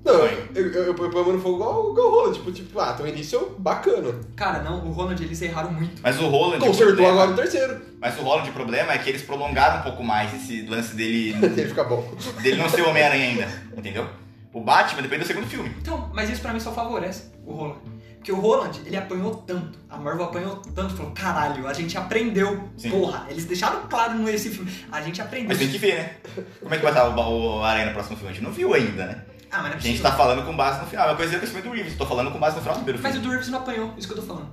Não,
Põe.
eu, eu, eu, eu ponho a mão no fogo igual, igual o Roland, tipo, tipo, ah, tem um início bacana.
Cara, não, o Ronald eles erraram muito.
Mas o Roland.
Consertou
problema-
agora o terceiro.
Mas o Roland, o problema é que eles prolongaram um pouco mais esse lance dele,
Ele fica bom.
dele não ser o Homem-Aranha ainda. Entendeu? O Batman depende do segundo filme.
Então, mas isso pra mim só favorece o Roland. Porque o Roland, ele apanhou tanto. A Marvel apanhou tanto. Falou, caralho, a gente aprendeu.
Sim.
Porra, eles deixaram claro nesse filme. A gente aprendeu.
Mas tem que ver, né? Como é que vai estar o, o Aranha no próximo filme? A gente não viu ainda, né?
Ah, mas não é
A gente
possível.
tá falando com base no final. É uma coisa que eu do Reeves. Tô falando com base no final do primeiro
Mas o
filme.
do Reeves não apanhou, isso que eu tô falando.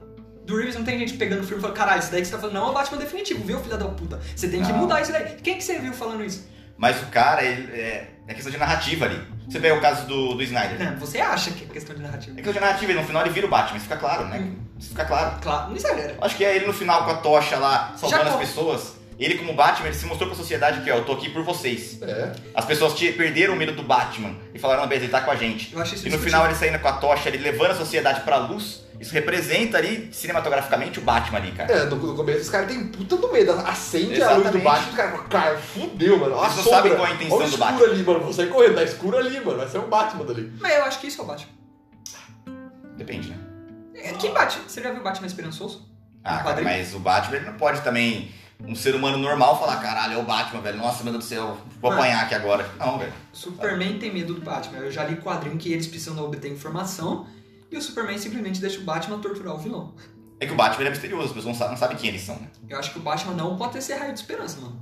Do Reeves não tem gente pegando o filme e falando, caralho, isso daí que você tá falando não é o Batman definitivo, viu, filha da puta? Você tem que
Não.
mudar isso daí. Quem que você viu falando isso?
Mas o cara, ele, é, é questão de narrativa ali. Você pega o caso do, do Snyder. É
Não, você acha que é questão de narrativa.
questão de narrativa, ele no final ele vira o Batman. Isso fica claro, né? Isso fica claro.
Claro, não exagera.
Acho que é ele no final com a tocha lá, salvando
Já
as
tô-
pessoas. Ele como Batman, ele se mostrou pra sociedade que, ó, eu tô aqui por vocês.
É.
As pessoas te- perderam o medo do Batman e falaram, não, beleza, ele tá com a gente.
Eu acho isso
E no
discutível.
final ele saindo com a tocha, ele levando a sociedade pra luz. Isso representa ali, cinematograficamente, o Batman ali, cara.
É, no, no começo os caras têm puta do medo. Acende a luz
Exatamente.
do Batman, os caras falam, cara, fudeu, mano. Olha a
Eles não
sombra.
sabem qual é a intenção
Olha o
do
escuro
Batman.
ali, mano. Vou sair correndo, tá escuro ali, mano. Vai ser um Batman dali.
Mas eu acho que isso é o Batman.
Depende, né?
É, Quem bate? Você já viu o Batman Esperançoso?
Ah,
Um
cara,
quadrinho.
mas o Batman ele não pode também. Um ser humano normal falar, caralho, é o Batman, velho. Nossa, meu Deus do céu, vou
Mano.
apanhar aqui agora. Não, velho.
Superman tem medo do Batman. Eu já li quadrinho que eles precisam obter informação e o Superman simplesmente deixa o Batman torturar o vilão.
É que o Batman ele é misterioso, as pessoas não sabem, não sabem quem eles são, né?
Eu acho que o Batman não pode ter esse raio de esperança, mano.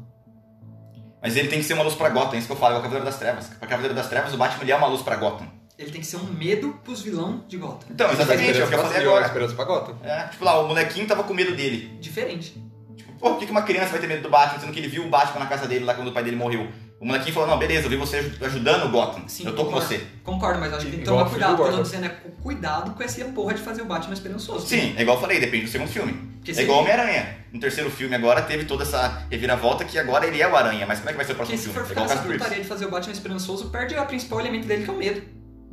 Mas ele tem que ser uma luz pra Gotham, isso que eu falo, é o Cavaleiro das Trevas. Pra Cavaleiro das Trevas, o Batman ele é uma luz pra Gotham.
Ele tem que ser um medo pros vilões de Gotham.
Então, exatamente, é o que eu falei agora.
Esperança pra Gotham.
É, tipo lá, o molequinho tava com medo dele.
Diferente.
Tipo, pô, por que que uma criança vai ter medo do Batman, sendo que ele viu o Batman na casa dele lá quando o pai dele morreu? O molequinho falou, não, beleza, eu vi você aj- ajudando o Gotham.
Sim,
eu tô com
concordo.
você.
Concordo, mas acho que tem que
Igual
tomar
o filho
cuidado. O
do
que eu tô
Gordon.
dizendo é cu- cuidado com essa porra de fazer o Batman esperançoso.
Sim, é igual eu falei, depende do segundo filme.
Que
é
se-
igual Homem-Aranha. No terceiro filme agora teve toda essa reviravolta que agora ele é o Aranha, mas como é que vai ser o
Porque
próximo
se
filme?
for
é
ficar
igual o
nessa
Casper Reeves.
putaria de fazer o Batman esperançoso, perde o principal elemento dele, que é o medo.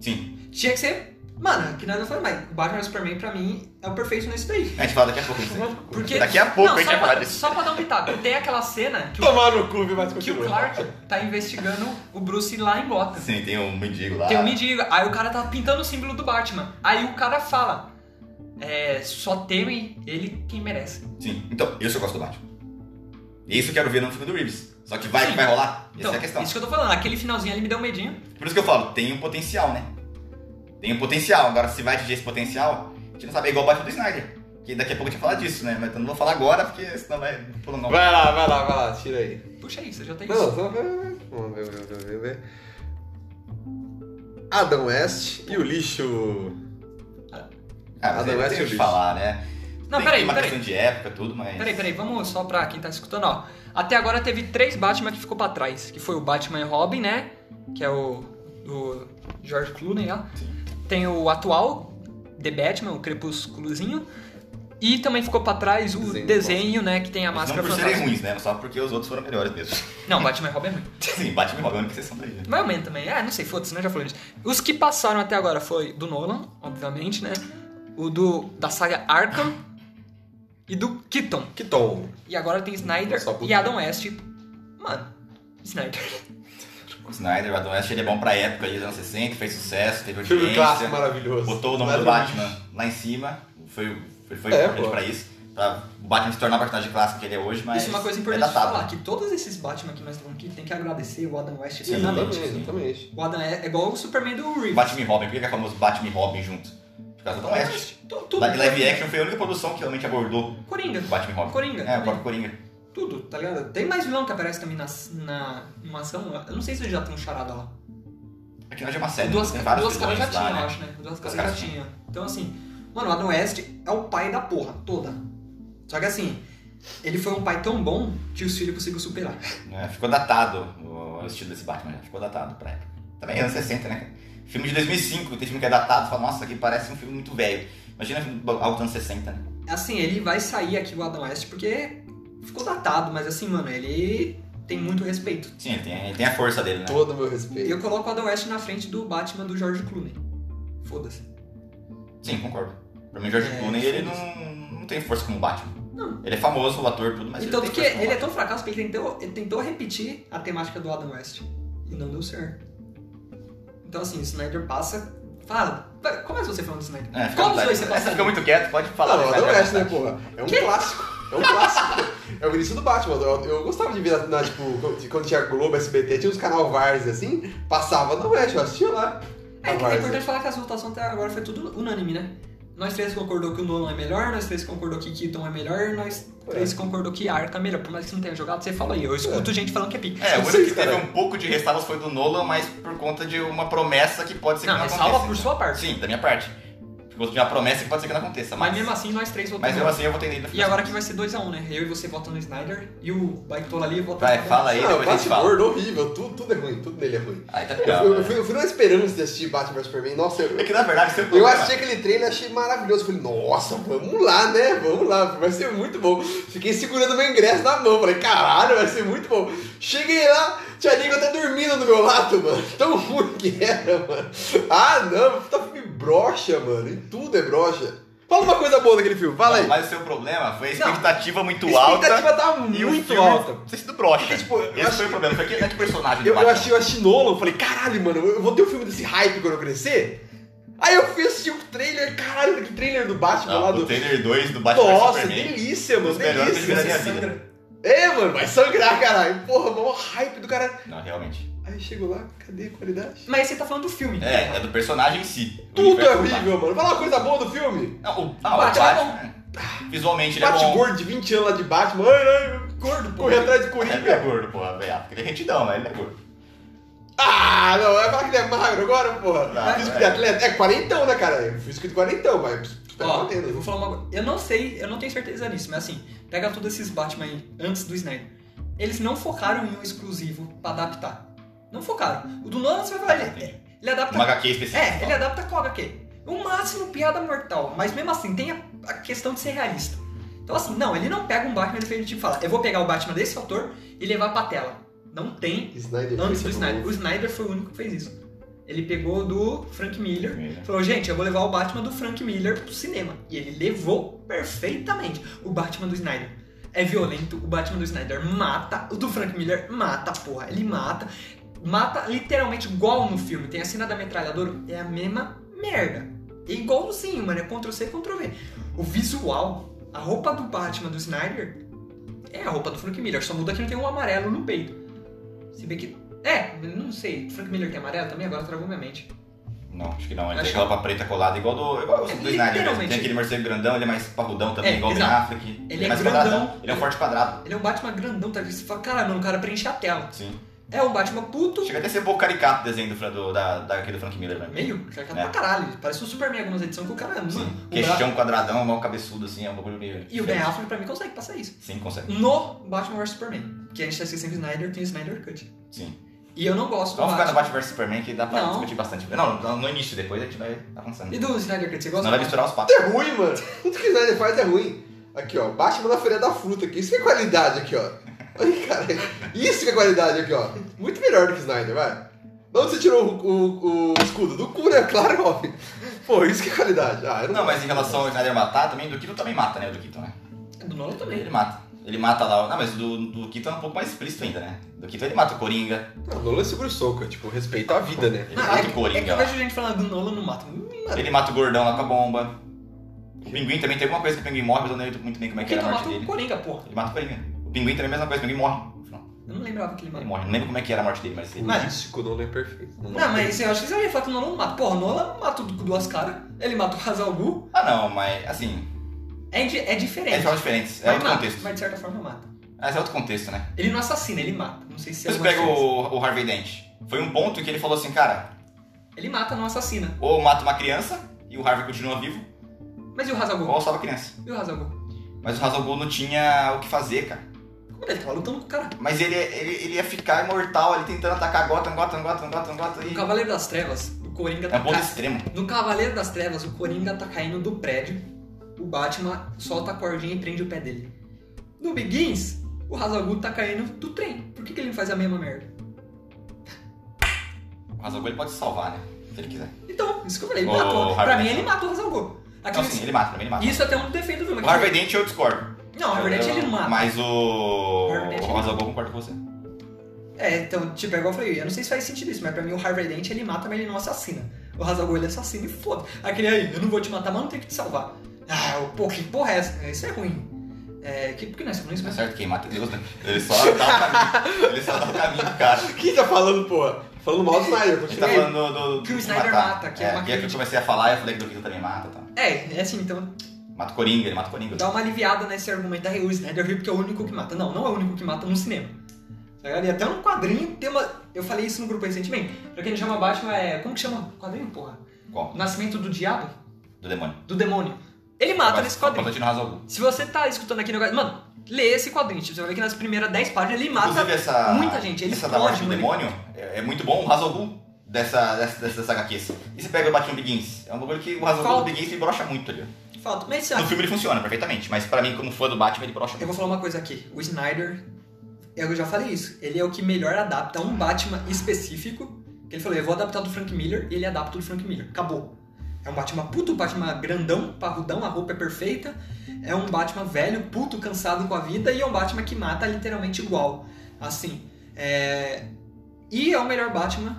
Sim.
Tinha que ser. Mano, que nós não falamos, mas o Batman e o Superman, pra mim, é o perfeito nesse daí.
A gente fala daqui a pouco. disso.
Porque...
Daqui a pouco
não,
a gente
só
vai
pra-
falar disso.
Só pra dar um pitaco, tem aquela cena que o,
Tomar no clube,
que
mas
o
continua.
Clark tá investigando o Bruce lá em Gotham.
Sim, tem um mendigo lá.
Tem um mendigo. Aí o cara tá pintando o símbolo do Batman. Aí o cara fala: É, só teme ele quem merece.
Sim. Então, eu só gosto do Batman. E isso eu quero ver no filme do Reeves. Só que vai
Sim.
que vai rolar?
Então,
Essa é a questão.
isso que eu tô falando. Aquele finalzinho ali me deu um medinho.
Por isso que eu falo, tem um potencial, né? Tem um potencial. Agora, se vai atingir esse potencial, a gente não sabe. É igual o Batman do Snyder. Que daqui a pouco a gente vai falar disso, né? Mas eu não vou falar agora, porque senão vai prolongar.
Vai lá, vai lá, vai lá, tira aí.
Puxa aí, você já tem
Não,
isso.
só vai, vai, vai. Vamos ver, vamos ver, vamos ver, vamos ver. Adam West e o lixo.
Ah, mas
Adam
aí
West
tem
é
o que
lixo.
falar, né?
Não,
tem
peraí,
uma
peraí.
questão de época, tudo, mas...
Peraí, peraí, vamos só pra quem tá escutando, ó. Até agora teve três Batman que ficou pra trás. Que foi o Batman e Robin, né? Que é o do George Clooney lá. Tem o atual, The Batman, o Crepúsculozinho. E também ficou pra trás o
Desenho,
desenho, né? Que tem a
Mas
máscara
não por serem
fantástica.
ruins, né? Só porque os outros foram melhores mesmo.
Não, Batman e Robin é ruim.
Sim, Batman e Robin é a única exceção daí, né?
Mais ou menos também. Ah, não sei, foda-se, né? Já falei disso. Os que passaram até agora foi do Nolan, obviamente, né? O do da saga Arkham e do Keaton.
Que tom.
E agora tem Snyder
Só puta.
e Adam West. Mano, Snyder.
O Snyder, o Adam West, ele é bom pra época, ali, dos anos 60, fez sucesso, teve audiência.
Filme clássico maravilhoso.
botou o nome do
Maravilhoso.
Batman lá em cima, foi, foi, foi
É,
importante
pô.
pra isso, pra o Batman se tornar o personagem clássico que ele é hoje, mas
Isso é uma coisa
é
importante de
datado.
falar, que todos esses Batman que nós estamos aqui tem que agradecer o Adam West
Sim,
eternamente.
Exatamente, exatamente.
O Adam é, é igual o Superman do Reeves.
Batman e Robin, por que que é famoso Batman e Robin junto? Por causa do Adam West.
Tudo, tudo.
Live live action foi a única produção que realmente abordou
Coringa.
o Batman e Robin.
Coringa.
É, o próprio Coringa.
Tudo, tá ligado? Tem mais vilão que aparece também na, na numa ação. Eu não sei se eles já tem um charada lá.
Aqui nós é uma série, né?
duas
tem vários
duas caras já
vilões lá,
tinha, eu
né?
acho, né? Duas caras já
caras
tinha. Então, assim, mano, o Adam West é o pai da porra toda. Só que, assim, ele foi um pai tão bom que os filhos conseguiram superar.
É, ficou datado o o estilo desse Batman, já. ficou datado pra época. Também anos 60, né? Filme de 2005, tem filme que é datado, fala, nossa, aqui parece um filme muito velho. Imagina filme do- algo dos anos 60, né?
Assim, ele vai sair aqui o Adam West porque ficou datado, mas, assim, mano, ele tem muito respeito.
Sim, ele tem, ele tem a força dele, né?
Todo o meu respeito.
Eu coloco o Adam West na frente do Batman do George Clooney. Foda-se.
Sim, concordo. Pra mim, o George
É,
Clooney,
sim,
ele
sim.
não, não tem força como Batman.
Não.
Ele é famoso, o ator, tudo, mas
e tanto
ele
que
tem força como
ele é
Batman.
tão fracasso que ele tentou, ele tentou repetir a temática do Adam West. E não deu certo. Então, assim, o Snyder passa. Fala, "Pera, como é que você falando do Snyder?
É, fica à
Qual dos
vontade.
dois você
Você
passa?
ficou muito quieto, pode falar.
Não,
né?
o
Vai,
Adam
vai,
West,
vai.
né, porra? É um clássico. É um clássico. É o início do Batman. Eu, eu gostava de ver, na, na, tipo, quando- quando tinha Globo, SBT, tinha uns canal Vars assim, passava Adam West, eu assistia lá.
É, que
A
é
Vars. Ah,
importante falar que a votação até agora foi tudo unânime, né? Nós três concordou que o Nolan é melhor, nós três concordou que Keaton é melhor, nós três concordou que Arca é melhor. Por mais que você não tenha jogado, você fala aí. Eu escuto gente falando que é pica.
É, o
Não
único
sei,
que teve
cara.
um pouco de ressalvas foi do Nolan, mas por conta de uma promessa que pode ser que
Não,
não, aconteça. né?
ressalva por sua parte.
Sim, da minha parte. Por conta de uma promessa que pode ser que não aconteça.
Mas
Mas,
mesmo assim, nós três
mas
votamos.
mesmo assim eu vou ter ido.
E agora que vai ser 2x1, né? Eu e você votando no Snyder e o Baitola ali votando
assim. Vai,
no-
fala aí,
Ah,
depois a
Batman
gente fala.
gordo, horrível, tudo, tudo é ruim, tudo nele é ruim.
Aí tá
Eu
legal.
fui, eu,
né?
fui, eu fui numa esperança de assistir Batman vs Superman. Nossa, eu,
É que na verdade você
eu assisti aquele trailer e achei maravilhoso. Falei, nossa, vamos lá, né? Vamos lá, vai ser muito bom. Fiquei segurando meu ingresso na mão. Falei, caralho, vai ser muito bom. Cheguei lá, tinha nego até dormindo do meu lado, mano. Tão ruim que era, mano. Ah, não, tá filme broxa, mano. E tudo é broxa. Fala uma coisa boa daquele filme, fala aí.
Mas o seu problema foi a
Não.
expectativa muito alta.
expectativa tá
e o
muito
filme
alta.
ter sido broxa.
Porque, tipo, eu
Esse
acho-
foi o problema. Foi que, é que personagem do
Eu, eu
Batman.
achei o Ashinolo, eu falei, caralho, mano, eu vou ter um filme desse hype quando eu crescer? Aí eu fui assistir o trailer, caralho, que trailer do Batman
Não,
lá
Ah, o
do.
trailer 2 do Batman vs
Nossa,
Superman.
delícia, mano,
Os melhores
Você
da minha
delícia.
vida.
sangra.
É, mano, vai sangrar, caralho. Porra, mó hype do caralho.
Não, realmente.
Aí eu chego lá, cadê a qualidade?
Mas você tá falando do filme.
É, é do personagem em si. O
Tudo é
universo do Batman.
horrível, mano. Fala uma coisa boa do filme.
Não, o, ah, o
Batman é bom.
Batman, é, Visualmente ele é
Bate
bom.
gordo de 20 anos lá de Batman. Ai, ai,
Gordo, pô.
correr atrás de
Ele é
Coringa.
gordo, porra, velho. Ele é retidão, mas ele é gordo.
Ah, não, vai falar que ele é magro agora, porra.
Não,
físico
é.
de atleta. É quarentão, né, cara? Físico de quarentão, mas. Tá
Ó,
entendendo.
eu vou falar uma coisa. Eu não sei, eu não tenho certeza disso, mas assim, pega todos esses Batman aí antes do Snyder. eles não focaram em um exclusivo pra adaptar. Não focaram. O do Nolan você vai falar, ele, ele adapta.
Uma HQ específica.
É, ele adapta com HQ. O máximo piada mortal, mas mesmo assim tem a, a questão de ser realista. Então assim, não, ele não pega um Batman definitivo e fala, eu vou pegar o Batman desse autor e levar pra tela. Não tem
Snyder.
antes do
Cut,
Snyder. O
não.
Snyder foi o único que fez isso. Ele pegou do Frank Miller
Miller.
Falou, gente, eu vou levar o Batman do Frank Miller pro cinema. E ele levou perfeitamente o Batman do Snyder. É violento, o Batman do Snyder mata, o do Frank Miller mata, porra, ele mata. Mata literalmente igual no filme. Tem a cena da metralhadora, é a mesma merda. É igualzinho, mano, é Ctrl C, Ctrl V. O visual, a roupa do Batman do Snyder é a roupa do Frank Miller, só muda que não tem um amarelo no peito. Se bem que. É, não sei, Frank Miller tem amarelo também? Agora travou minha mente.
Não, acho que não. Ele
Acho
tem
que-
aquela roupa preta colada igual do, igual os
É,
do Snyder mesmo.
literalmente.
Tem aquele morcego grandão, ele é mais parrudão também,
É,
igual o Ben
exato.
Affleck. Ele,
é
mais
grandão.
quadradão. Ele é um forte quadrado.
Ele é um Batman grandão, tá? Você fala, caramba, o cara preenche a tela.
Sim.
É um Batman puto,
Chega até a ser um pouco caricato o desenho do, Fran- do, da, da, aqui do Frank Miller, velho.
meio, cara,
É.
pra caralho. Parece um Superman em algumas edições que o cara, é, mano,
Sim.
o braço-
Queixão quadradão, mal cabeçudo, assim, é um bagulho meio.
E o Ben Affleck pra mim consegue passar isso.
Sim, consegue.
No Batman vs Superman, que a gente tá esquecendo que o Snyder tem o Snyder Cut.
Sim.
E eu não gosto do
Vamos ficar no
Batman.
Batman vs Superman que dá pra
Hum. Não.
discutir bastante. Não, no- no início, depois a gente vai avançando.
E do Snyder Cut, você gosta?
Senão vai misturar os patos.
Tudo é ruim, mano. Tudo que o Snyder faz é ruim. Aqui, ó. Batman na Feira da Fruta aqui. Isso que é qualidade aqui, ó. Olha, cara. Isso que é qualidade aqui, ó. Muito melhor do que o Snyder, vai. De onde você tirou o, o- o escudo? Do cu, né? Claro, óbvio. Pô, isso que é qualidade. Ah, eu não...
Não, mas em relação ao Snyder matar também, do Keaton também mata, né? O do Keaton, né?
É Do Nolan também.
Ele mata. Ele mata lá. o- Não, mas do, do Keaton é um pouco mais explícito ainda, né? Do Keaton ele mata o Coringa.
Não, o Nolan segura o soco. é, Tipo, respeita a vida, né?
Ele
Ah,
mata
é,
o
que, é que
Coringa.
eu
lá.
vejo gente falando do Nolan não mata. Hum, mano,
Ele mata o gordão lá com a bomba. O pinguim também tem alguma coisa que o pinguim morre, mas eu não lembro muito bem como é que
quem
era
que
a morte
mata um o
dele.
Coringa, porra?
Ele mata o Coringa. O pinguim também é a mesma coisa, o pinguim morre. no final.
Eu não lembrava que ele
Ele
mata.
morre. Não lembro como é que era a morte dele, mas ele
Mas-
Místico, o Nolan é perfeito.
Não, mas eu acho que você ia falar que o Nolan não mata. Porra, o Nolan mata o do- duas caras, ele mata o Hazal Gu.
Ah não, mas assim,
É, di- é diferente.
é de formas diferentes. É
mas
outro
mata,
contexto.
mas de certa forma mata.
Mas é outro contexto, né?
Ele não assassina, ele mata. Não sei se é
Você
uma
pega
diferença.
o, o Harvey Dent. Foi um ponto que ele falou assim, cara,
Ele mata, não assassina.
ou mata uma criança e o Harvey continua vivo,
Mas e o Hazagul?
ou salva a criança.
E o Hazagul?
Mas o Hazalgul não tinha o que fazer, cara.
Como ele tava lutando com o cara?
Mas ele, ele, ele ia ficar imortal ali tentando atacar Gotham, Gotham, Gotham, Gotham, Gotham.
No
E...
Cavaleiro das Trevas, o Coringa
É
tá
um ponto
ca...
extremo.
No Cavaleiro das Trevas, o Coringa tá caindo do prédio. O Batman solta a cordinha e prende o pé dele. No Begins, o Hazagul tá caindo do trem. Por que, que ele não faz a mesma merda?
O Hazalgul ele pode salvar, né? Se ele quiser.
Então, isso que eu falei, ele
Ô,
matou. Pra
Harvey
mim,
Dent.
ele matou o Hazagul.
Então sim, ele mata, também ele mata.
Isso até é um defeito do filme.
O Harvey Dent eu discordo.
Não, na verdade
Eu-
ele não mata.
Mas o.
Harvey Dent,
O
ele
Hazalgul concorda com você.
É, então, tipo, é igual eu falei, eu não sei se faz sentido isso, mas pra mim o Harvey Dent ele mata, mas ele não assassina. O Hazagol ele assassina e foda. Aquele aí, eu não vou te matar, mas não tenho que te salvar. Ah, pô, que porra é essa? Isso é ruim. É, que, por que nós falamos isso?
Não é
Mas...
certo quem mata é Deus, né? Ele só dá o caminho. Ele só dá o caminho pro cara.
Quem tá falando, porra? Falando mal do Snyder.
A gente tá
continua.
falando do. do
Que o
de
Snyder
matar.
mata, que é
é
uma
E aí que eu
crítica.
comecei a falar, eu falei que o Duquito também mata. Tá.
É, é assim, então
Mata o Coringa, ele mata o Coringa.
dá uma aliviada nesse argumento da Reus, né? Eu vi porque é o único que mata. Não, não é o único que mata no cinema. Tá ligado? E até um quadrinho tem uma. Eu falei isso no grupo recentemente. Pra quem chama Batman é. Como que chama? Quadrinho, porra?
Qual?
Nascimento do Diabo?
Do demônio.
Do demônio. Ele mata
Mas-
nesse quadrinho.
Constantino Hazalgul.
Se você tá escutando aqui no mano, lê esse quadrinho. Tipo, você vai ver que nas primeiras 10 páginas ele mata
Inclusive, essa,
muita gente. Ele
essa da
explode
morte do
muito.
demônio é, é muito bom. O Hazalgu dessa, dessa, dessa, dessa HQ. E você pega o Batman Begins. É um bagulho que o Hazalgu do
Falta.
Begins ele brocha muito tá ali. ó.
Falta. Mas é um sei
No
lá,
filme ele funciona perfeitamente, mas pra mim, como fã do Batman, ele brocha
eu
muito.
vou falar uma coisa aqui. O Snyder, eu já falei isso, ele é o que melhor adapta um Batman específico. que Ele falou, eu vou adaptar do Frank Miller e ele adapta o do Frank Miller. Acabou. É um Batman puto, um Batman grandão, parrudão, a roupa é perfeita. É um Batman velho, puto, cansado com a vida e é um Batman que mata literalmente igual. Assim, é... E é o melhor Batman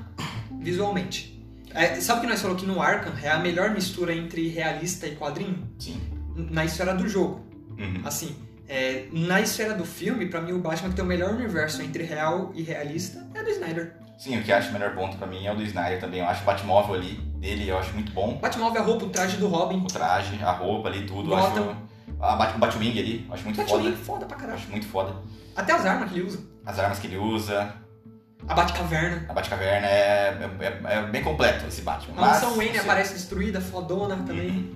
visualmente. É, sabe o que nós falamos que no Arkham é a melhor mistura entre realista e quadrinho?
Sim.
Na história do jogo.
Uhum.
Assim, é, na esfera do filme, pra mim o Batman que tem o melhor universo entre real e realista é do Snyder.
Sim, o que eu acho o melhor ponto pra mim é o do Snyder também. Eu acho o Batmóvel ali dele, eu acho muito bom.
O Batmóvel, a roupa, o traje do Robin.
O traje, a roupa ali, tudo. Eu acho,
Gotham.
a Bat, o Batwing ali, eu acho muito
Batman é
foda.
foda pra
Eu
caralho.
acho muito foda.
Até as armas que ele usa.
As armas que ele usa,
A Batcaverna.
a Batcaverna é, é, é- é bem completo esse Batman.
A
Mas, Uhum.
mansão Wayne
assim,
aparece destruída, fodona também.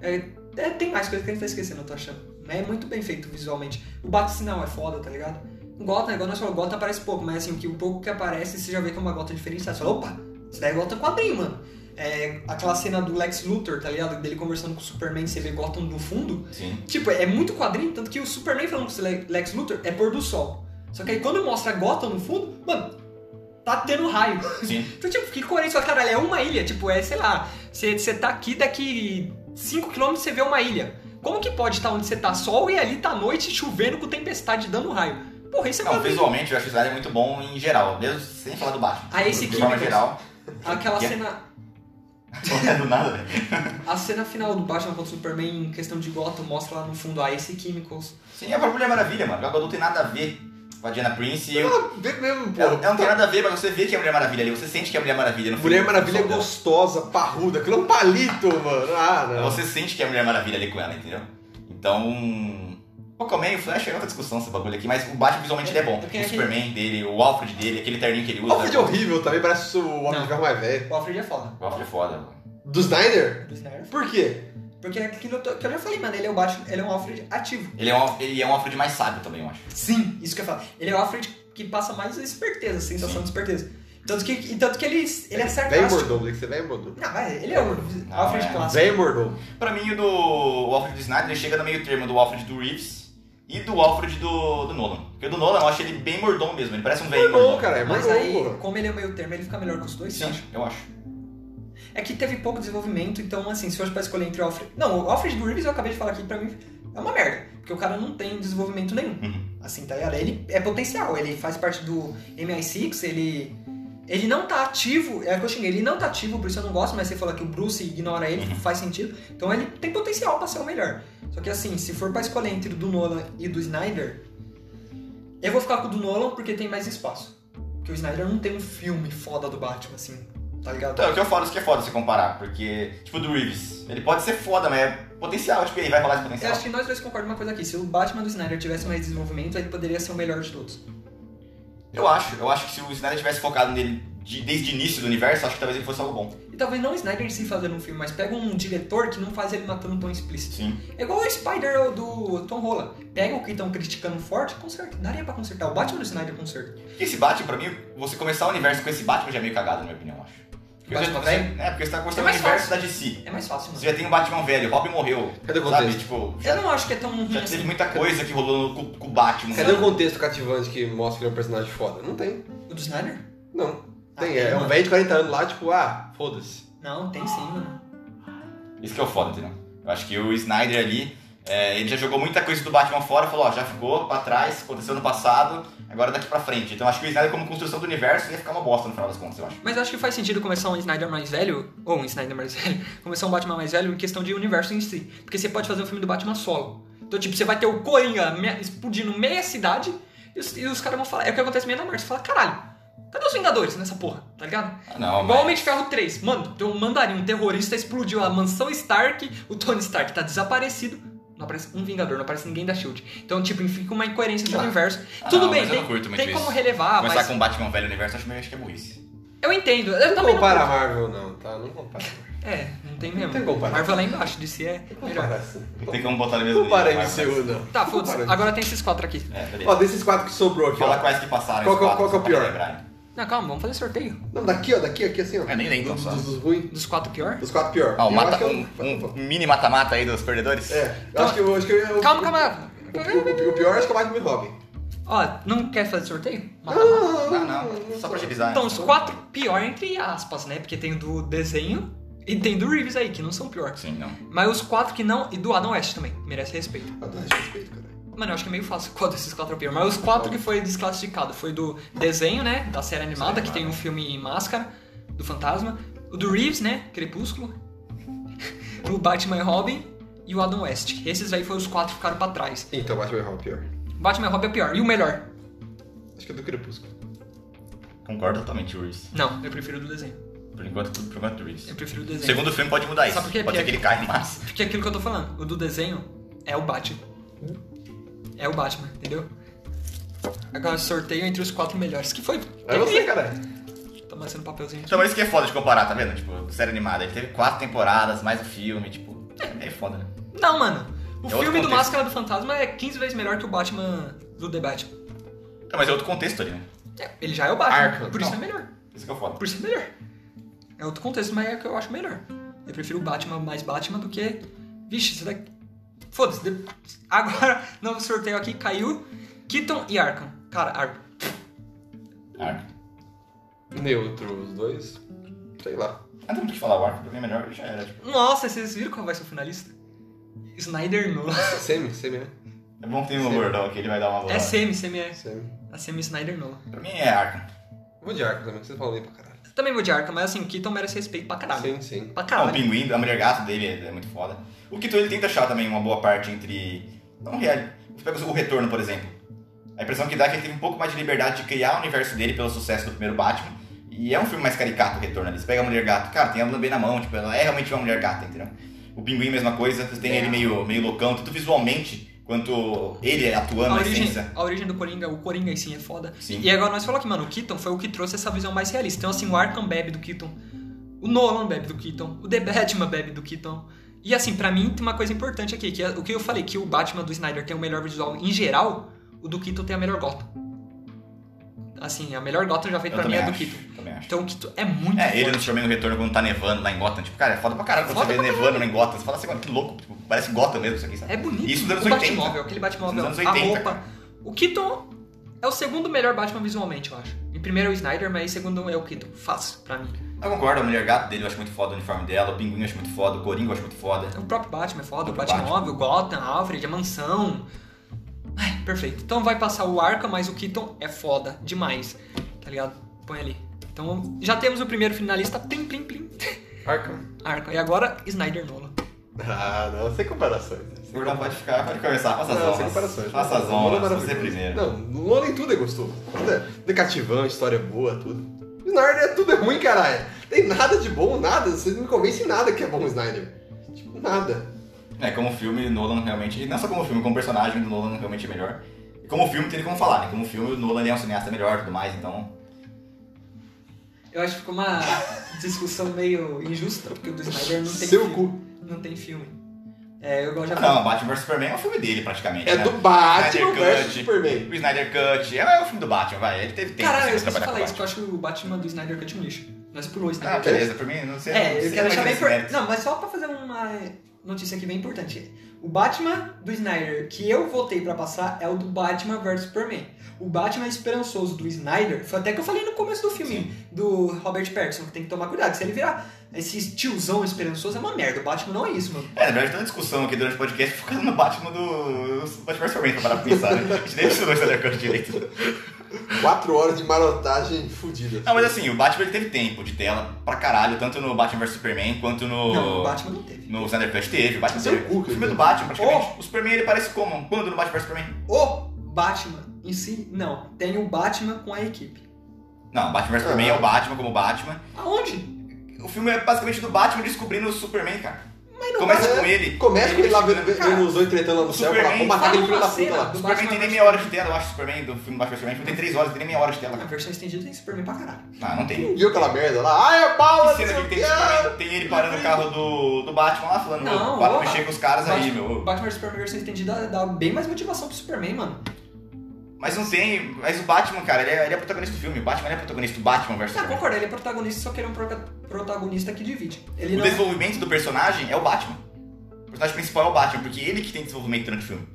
É, é, tem mais coisa que a gente tá esquecendo, eu tô achando. Mas É muito bem feito visualmente. O Bat-sinal é foda, tá ligado? Gotham, igual nós falamos, Gotham aparece pouco, mas assim, que o pouco que aparece, você já vê que é uma Gotham diferenciada. Você fala, opa, isso daí é Gotham quadrinho, mano. É, aquela cena do Lex Luthor, tá ligado? Dele conversando com o Superman, você vê Gotham do fundo.
Sim.
Tipo, é muito quadrinho, tanto que o Superman falando com o Le- Lex Luthor é pôr do sol. Só que aí quando mostra Gotham no fundo, mano, tá tendo raio.
Sim.
Então, tipo, que coerente, só, caralho, é uma ilha, tipo, é, sei lá, você você tá aqui, daqui 5km você vê uma ilha. Como que pode estar onde você tá sol e ali tá noite chovendo com tempestade dando raio? Porra, isso é
Não,
quadrinho.
visualmente eu acho esse área muito bom em geral, mesmo sem falar do Batman.
Ah, esse
De forma
Chemicals.
geral,
Aquela
Que é-
cena,
não é do nada, velho.
a cena final do Batman contra o Superman em questão de Gotham mostra lá no fundo a Ace Chemicals.
Sim, é a própria Mulher Maravilha, mano. Gal Gadot tem nada a ver com a Diana Prince. E eu...
Ela Tá, vê mesmo,
Ela, ela É, não tem
pô.
nada a ver, mas você vê um que é a Mulher Maravilha ali. Você sente que é a Mulher Maravilha. No
Mulher
filme.
Maravilha é
Só- um
gostosa, parruda, aquilo é um palito, mano. Ah, não.
Você sente que é a Mulher Maravilha ali com ela, entendeu? Então. O Aquaman e o Flash é outra discussão esse bagulho aqui, mas o Batman visualmente ele é bom.
É porque é
o
aquele-
Superman dele, o Alfred dele, aquele terninho que ele usa.
O Alfred é horrível também, parece o Homem
Não.
de Ferro mais velho.
O Alfred é foda.
O Alfred é foda, mano.
Do Snyder?
Do Snyder.
Por quê?
Porque é aquilo que eu já falei, mano, ele é o Batman, ele é um Alfred ativo.
Ele é, um, Alf- ele é um Alfred mais sábio também, eu acho.
Sim, isso que eu ia falar. Ele é o Alfred que passa mais esperteza, sensação
Sim.
de esperteza. Tanto que, e tanto que ele, ele é
Vem
sarcástico.
mordomo, tem que ser vem mordomo.
Não, mas ele é o
Não,
Alfred
é.
clássico.
Vem mordomo.
Pra mim, o do o Alfred do Snyder ele chega no meio termo do Alfred do Reeves e do Alfred do, do Nolan. Porque o do Nolan eu acho ele bem mordomo mesmo, ele parece um velho
Mordomo,
mordomo.
cara, é
Mas
mordomo.
aí,
porra.
como ele é meio termo, ele fica melhor com os dois, você
Sim,
acha?
eu acho.
É que teve pouco desenvolvimento, então assim, se fosse pra escolher entre o Alfred. Não, o Alfred do Reeves eu acabei de falar aqui, pra mim é uma merda. Porque o cara não tem desenvolvimento nenhum.
Uhum.
Assim, tá ligado? Ele é potencial, ele faz parte do MI6, ele. Ele não tá ativo, é o que eu xinguei, ele não tá ativo, por isso eu não gosto, mas você fala que o Bruce ignora ele, faz sentido. Então ele tem potencial pra ser o melhor. Só que assim, se for pra escolher entre o do Nolan e do Snyder, eu vou ficar com o do Nolan porque tem mais espaço. Porque o Snyder não tem um filme foda do Batman, assim, tá ligado?
Então, é o que eu falo, isso que é foda se comparar, porque, tipo, o do Reeves, ele pode ser foda, mas é potencial, tipo, ele vai rolar esse
Eu
potencial.
acho que nós dois concordamos uma coisa aqui, se o Batman do Snyder tivesse mais desenvolvimento, ele poderia ser o melhor de todos.
Eu acho, eu acho que se o Snyder tivesse focado nele de- desde o início do universo, acho que talvez ele fosse algo bom.
E talvez não o Snyder em si fazendo um filme, mas pega um diretor que não faz ele matando tão explícito.
Sim.
É igual o Spider do Tom Holland. Pega o que estão criticando forte, conserta. Daria pra consertar. O Batman do Snyder conserta.
Porque esse Batman, pra mim, você começar o universo com esse Batman já é meio cagado, na minha opinião, eu acho. Porque
Batman
você,
velho?
É, porque você tá
É
gostando do
mais
universo da DC.
É mais fácil,
Você
mano.
já tem um Batman velho, Robin morreu.
Cadê o
sabe?
contexto?
Tipo, já,
Eu não acho que é tão ruim
já teve
assim.
muita coisa que rolou no- com, com o Batman.
Cadê o
sabe?
contexto cativante que mostra que ele é um personagem foda? Não tem.
O do Snyder?
Não. Tem.
Ah,
é
mano.
um velho de 40 anos lá, tipo, ah, foda-se.
Não, tem sim, mano.
Isso que é o foda, entendeu? Eu acho que o Snyder ali, é, ele já jogou muita coisa do Batman fora, falou, ó, já ficou pra trás, aconteceu no passado, agora daqui pra frente. Então acho que o Snyder, como construção do universo, ia ficar uma bosta no final das contas, eu acho.
Mas eu acho que faz sentido começar um Snyder mais velho, ou um Snyder mais velho, começar um Batman mais velho em questão de universo em si. Porque você pode fazer um filme do Batman solo. Então, tipo, você vai ter o Coringa me- explodindo meia cidade e os, e os caras vão falar. É o que acontece meio na Marvel. Você fala, caralho, cadê os Vingadores nessa porra? Tá ligado?
Ah, Não,
Igual
mas...
Homem de Ferro 3. Mano, tem um mandarim, um terrorista explodiu a mansão Stark, o Tony Stark tá desaparecido. Não aparece um Vingador, não aparece ninguém da SHIELD. Então, tipo, fica uma incoerência do
Ah.
universo.
Ah,
Tudo
não,
bem,
mas eu
tem,
não curto muito
tem
isso.
como
Ah,
relevar,
Começar
mas...
com o Batman velho no universo, acho meio acho que é burrice.
Eu entendo, eu
Não
também não...
compara a Marvel, não, tá? Não compara.
É, não tem mesmo.
Não tem como parar.
Marvel lá embaixo, DC é
Não
melhor.
compara assim.
Não tem como botar no mesmo
Não compara
nível, vai,
MCU, não.
Tá,
Não
foda-se.
compara. um.
Agora tem esses quatro aqui.
vai. É, beleza.
Ó, desses quatro que sobrou aqui,
Fala
ó.
quais que passaram.
Qual
os
que é-
quatro,
qual que é o
só pra
pior?
lembrar.
Não, calma, vamos fazer sorteio.
Não, daqui, ó, daqui, aqui, assim, ó.
É, nem lembro,
Dos,
só.
dos, dos ruins.
Dos quatro pior.
Dos quatro piores.
Ah, o
Eu
mata-
acho que é
um, um mini mata-mata aí dos perdedores?
É, eu acho que eu... Acho que
Tá.
eu
Calma, calma.
O, o- o- o pior acho que é o Batman e Robin.
Ó, não quer fazer sorteio? Mata, mata.
Não,
Não, Ah, não, só pra agilizar. né?
Então, os quatro pior entre aspas, né? Porque tem do desenho e tem do Reeves aí, que não são pior.
Sim, não.
Mas os quatro que não. E do Adam West também, merece respeito.
Ah, tá, respeito, cara.
Mano, eu acho que é meio fácil qual desses quatro é o pior. Mas os quatro que foi desclassificado foi do desenho, né? Da série animada, que tem um filme em máscara, do fantasma. O do Reeves, né? Crepúsculo. o Batman e Robin. E o Adam West. Esses aí foram os quatro que ficaram pra trás.
Então, Batman e Robin é o pior.
Batman e Robin é o pior. E o melhor?
Acho que é do Crepúsculo.
Concordo totalmente, Reeves.
Não, eu prefiro o do desenho.
Por enquanto, tudo por enquanto, Reeves.
Eu prefiro o
O
desenho.
segundo filme pode mudar isso.
Sabe por quê?
Pode ser que ele caia mais.
Porque é aquilo que eu tô falando, o do desenho é o Batman. É o Batman, entendeu? Agora sorteio entre os quatro melhores, que foi.
É você, cara.
Tá passando papelzinho.
Então, mas isso que é foda de comparar, tá vendo? Tipo, série animada. Ele teve quatro temporadas, mais o filme, tipo... É meio foda, né?
Não, mano. O
É outro
filme do
contexto.
Máscara do Fantasma é 15 vezes melhor que o Batman do The Batman.
Tá, mas é outro contexto ali, né?
É, ele já é o Batman.
Arkham,
por isso
não.
é melhor.
Isso que é foda.
Por isso é melhor. É outro contexto, mas é o que eu acho melhor. Eu prefiro o Batman mais Batman do que. Vixe, isso daqui. Foda-se. de- Agora, novo sorteio aqui, caiu. Keaton e Arkham. Cara, Arkham.
Arco.
Neutro, os dois. Sei lá.
Ah, tem muito o que falar, o arco pra mim é melhor já era. Tipo,
Nossa, vocês viram qual vai ser o finalista? Snyder Nolan.
Semi, semi, né?
é bom que tem um
Sim.
gordão aqui, ele vai dar uma boa.
É semi, semi é.
Semi.
A semi Snyder Nolan.
Pra mim é arco.
Vou de arco também, que vocês falam bem pra caralho.
Também vou de Arkham, mas assim, Keaton merece respeito pra caralho.
Sim, sim.
Pra
Não, o
caralho.
pinguim, a mulher gato dele é é muito foda. O Kito ele tenta achar também uma boa parte entre. Não real. Você pega o retorno, por exemplo. A impressão que dá é que ele teve um pouco mais de liberdade de criar o universo dele pelo sucesso do primeiro Batman. E é um filme mais caricato o retorno ali. Você pega a mulher gato, cara, tem a lambê na mão, tipo, ela é realmente uma mulher gata, entendeu? O pinguim, mesma coisa, você
É.
tem ele meio, meio loucão, tanto visualmente quanto ele atuando
a
na
origem,
essência.
a origem do Coringa, o Coringa em si é foda.
Sim.
E agora nós falamos que, mano, o Keaton foi o que trouxe essa visão mais realista. Então, assim, o Arkham bebe do Keaton, o Nolan bebe do Keaton, o The Batman bebe do Keaton. E assim, pra mim tem uma coisa importante aqui, que é o que eu falei, que o Batman do Snyder tem o melhor visual em geral, o do Keaton tem a melhor Gotham. Assim, a melhor Gotham já
Eu
feita pra mim
também
é do
acho,
Keaton.
também acho.
Então o Keaton é muito
É, ele
foda.
no Superman no Retorno quando tá nevando lá em Gotham. Tipo, cara, é foda pra caralho quando
Foda
você vê
pra
nevando lá em Gotham. Você fala assim, mano, que louco. Tipo, parece Gotham mesmo isso aqui, sabe?
É bonito.
Isso dos anos
o
80.
Batmóvel, aquele Batmóvel,
Dos anos
a
80,
roupa.
cara.
O Keaton é o segundo melhor Batman visualmente, eu acho. Em primeiro é o Snyder, mas em segundo é o Keaton. Fácil, pra mim.
Eu concordo, a mulher gato dele eu acho muito foda o uniforme dela, o pinguim eu acho muito foda, o coringa eu acho muito foda.
O próprio Batman é foda, o
O próprio
Batmóvel, Gotham, Alfred, a mansão. Ai, perfeito. Então vai passar o Arca, mas o Keaton é foda demais. Tá ligado? Põe ali. Então já temos o primeiro finalista, plim, plim, plim.
Arkham.
Arca. E agora, Snyder Nolan.
Ah, não, sem comparações.
O gordão pode ficar, pode conversar, faça as
é Não, sem
honras.
comparações.
Faça as
Nolan é
honras,
maravilhoso.
você primeiro.
Não, no Lola em tudo é gostoso. Tudo é tudo é cativante, história boa, tudo. Snyder é- tudo é ruim, caralho. Tem nada de bom, nada. Vocês não me convencem nada que é bom o Snyder. Tipo, nada.
É, como filme, Nolan realmente. E não só como filme, como personagem do Nolan realmente é melhor. E como filme, tem como falar, né? Como filme, o Nolan ele é um cineasta melhor e tudo mais, então.
Eu acho que ficou uma discussão meio injusta, porque o do Snyder não tem
Seu
filme.
cu.
Não tem filme. É, eu já
Ah,
falei.
Não, Batman vs Superman é um filme dele praticamente.
É
né?
do Batman
Snyder
versus
Cut.
Superman.
O Snyder Cut. É, é o filme do Batman, vai. Ele teve tempo
Caralho, eu esqueci
assim, pra
de
trabalhar com
falar
o
isso, que eu acho o Batman do Snyder Cut um lixo. Nós pulou o Snyder
Ah,
Cut.
beleza, por mim, não sei. não
É,
sei,
eu quero
não
deixar
entra
bem
nesse
importante.
mérito.
Não, mas só pra fazer uma notícia aqui bem importante. O Batman do Snyder que eu votei pra passar é o do Batman vs Superman. O Batman esperançoso do Snyder, foi até que eu falei no começo do filme, do Robert Pattinson, que tem que tomar cuidado. Se ele virar esse tiozão esperançoso, é uma merda. O Batman não é isso, mano.
É, na verdade, toda a discussão aqui durante o podcast focando no Batman do. do Batman vs Superman, pra parar pra pensar, né? A gente nem estudou o Snyder Cut direito.
Quatro horas de marotagem fodida.
Não, mas assim, o Batman ele teve tempo de tela pra caralho, tanto no Batman vs Superman quanto no.
Não, o Batman não teve.
No Snyder Cut teve, o Batman
Seu
teve.
cu,
o filme é
cara.
do Batman,
Oh!
praticamente. O Superman ele parece como? Quando no Batman vs Superman?
O Batman em si, não. Tem o Batman com a equipe.
Não, o Batman vs Superman
Ah.
é o Batman como Batman.
Aonde?
O filme é basicamente do Batman descobrindo o Superman, cara.
Mas não
Começa
Mas,
com
é,
ele.
Começa com ele lá vendo,
Cara,
vendo os dois tretando lá no
o
céu. Fala,
Superman
vamos matar
fala
aquele filho
uma
da puta
cena
lá.
O
do
Superman tem nem meia hora de tela, eu acho, o Superman, do filme do Batman vs Superman. O filme tem três horas, tem nem meia hora de tela,
A
cara.
versão estendida tem Superman pra caralho.
Ah, não tem.
Não viu aquela merda lá? Ai, é bala,
Que
não sei
cena
o
que tem,
que.
esse
ah.
Superman? tem ele parando o carro do, do Batman lá, falando,
Não,
não, para
opa.
mexer com os caras aí,
Batman-
meu.
Batman vs Superman versão estendida dá bem mais motivação pro Superman, mano.
Mas não tem, mas o Batman, cara, ele é, ele é protagonista do filme. O Batman não é protagonista do Batman versus
Tá,
Superman.
concordo, ele é protagonista, só que ele é um proca- protagonista que divide. Ele
O
não.
desenvolvimento do personagem é o Batman. O personagem principal é o Batman, porque ele que tem desenvolvimento durante o filme.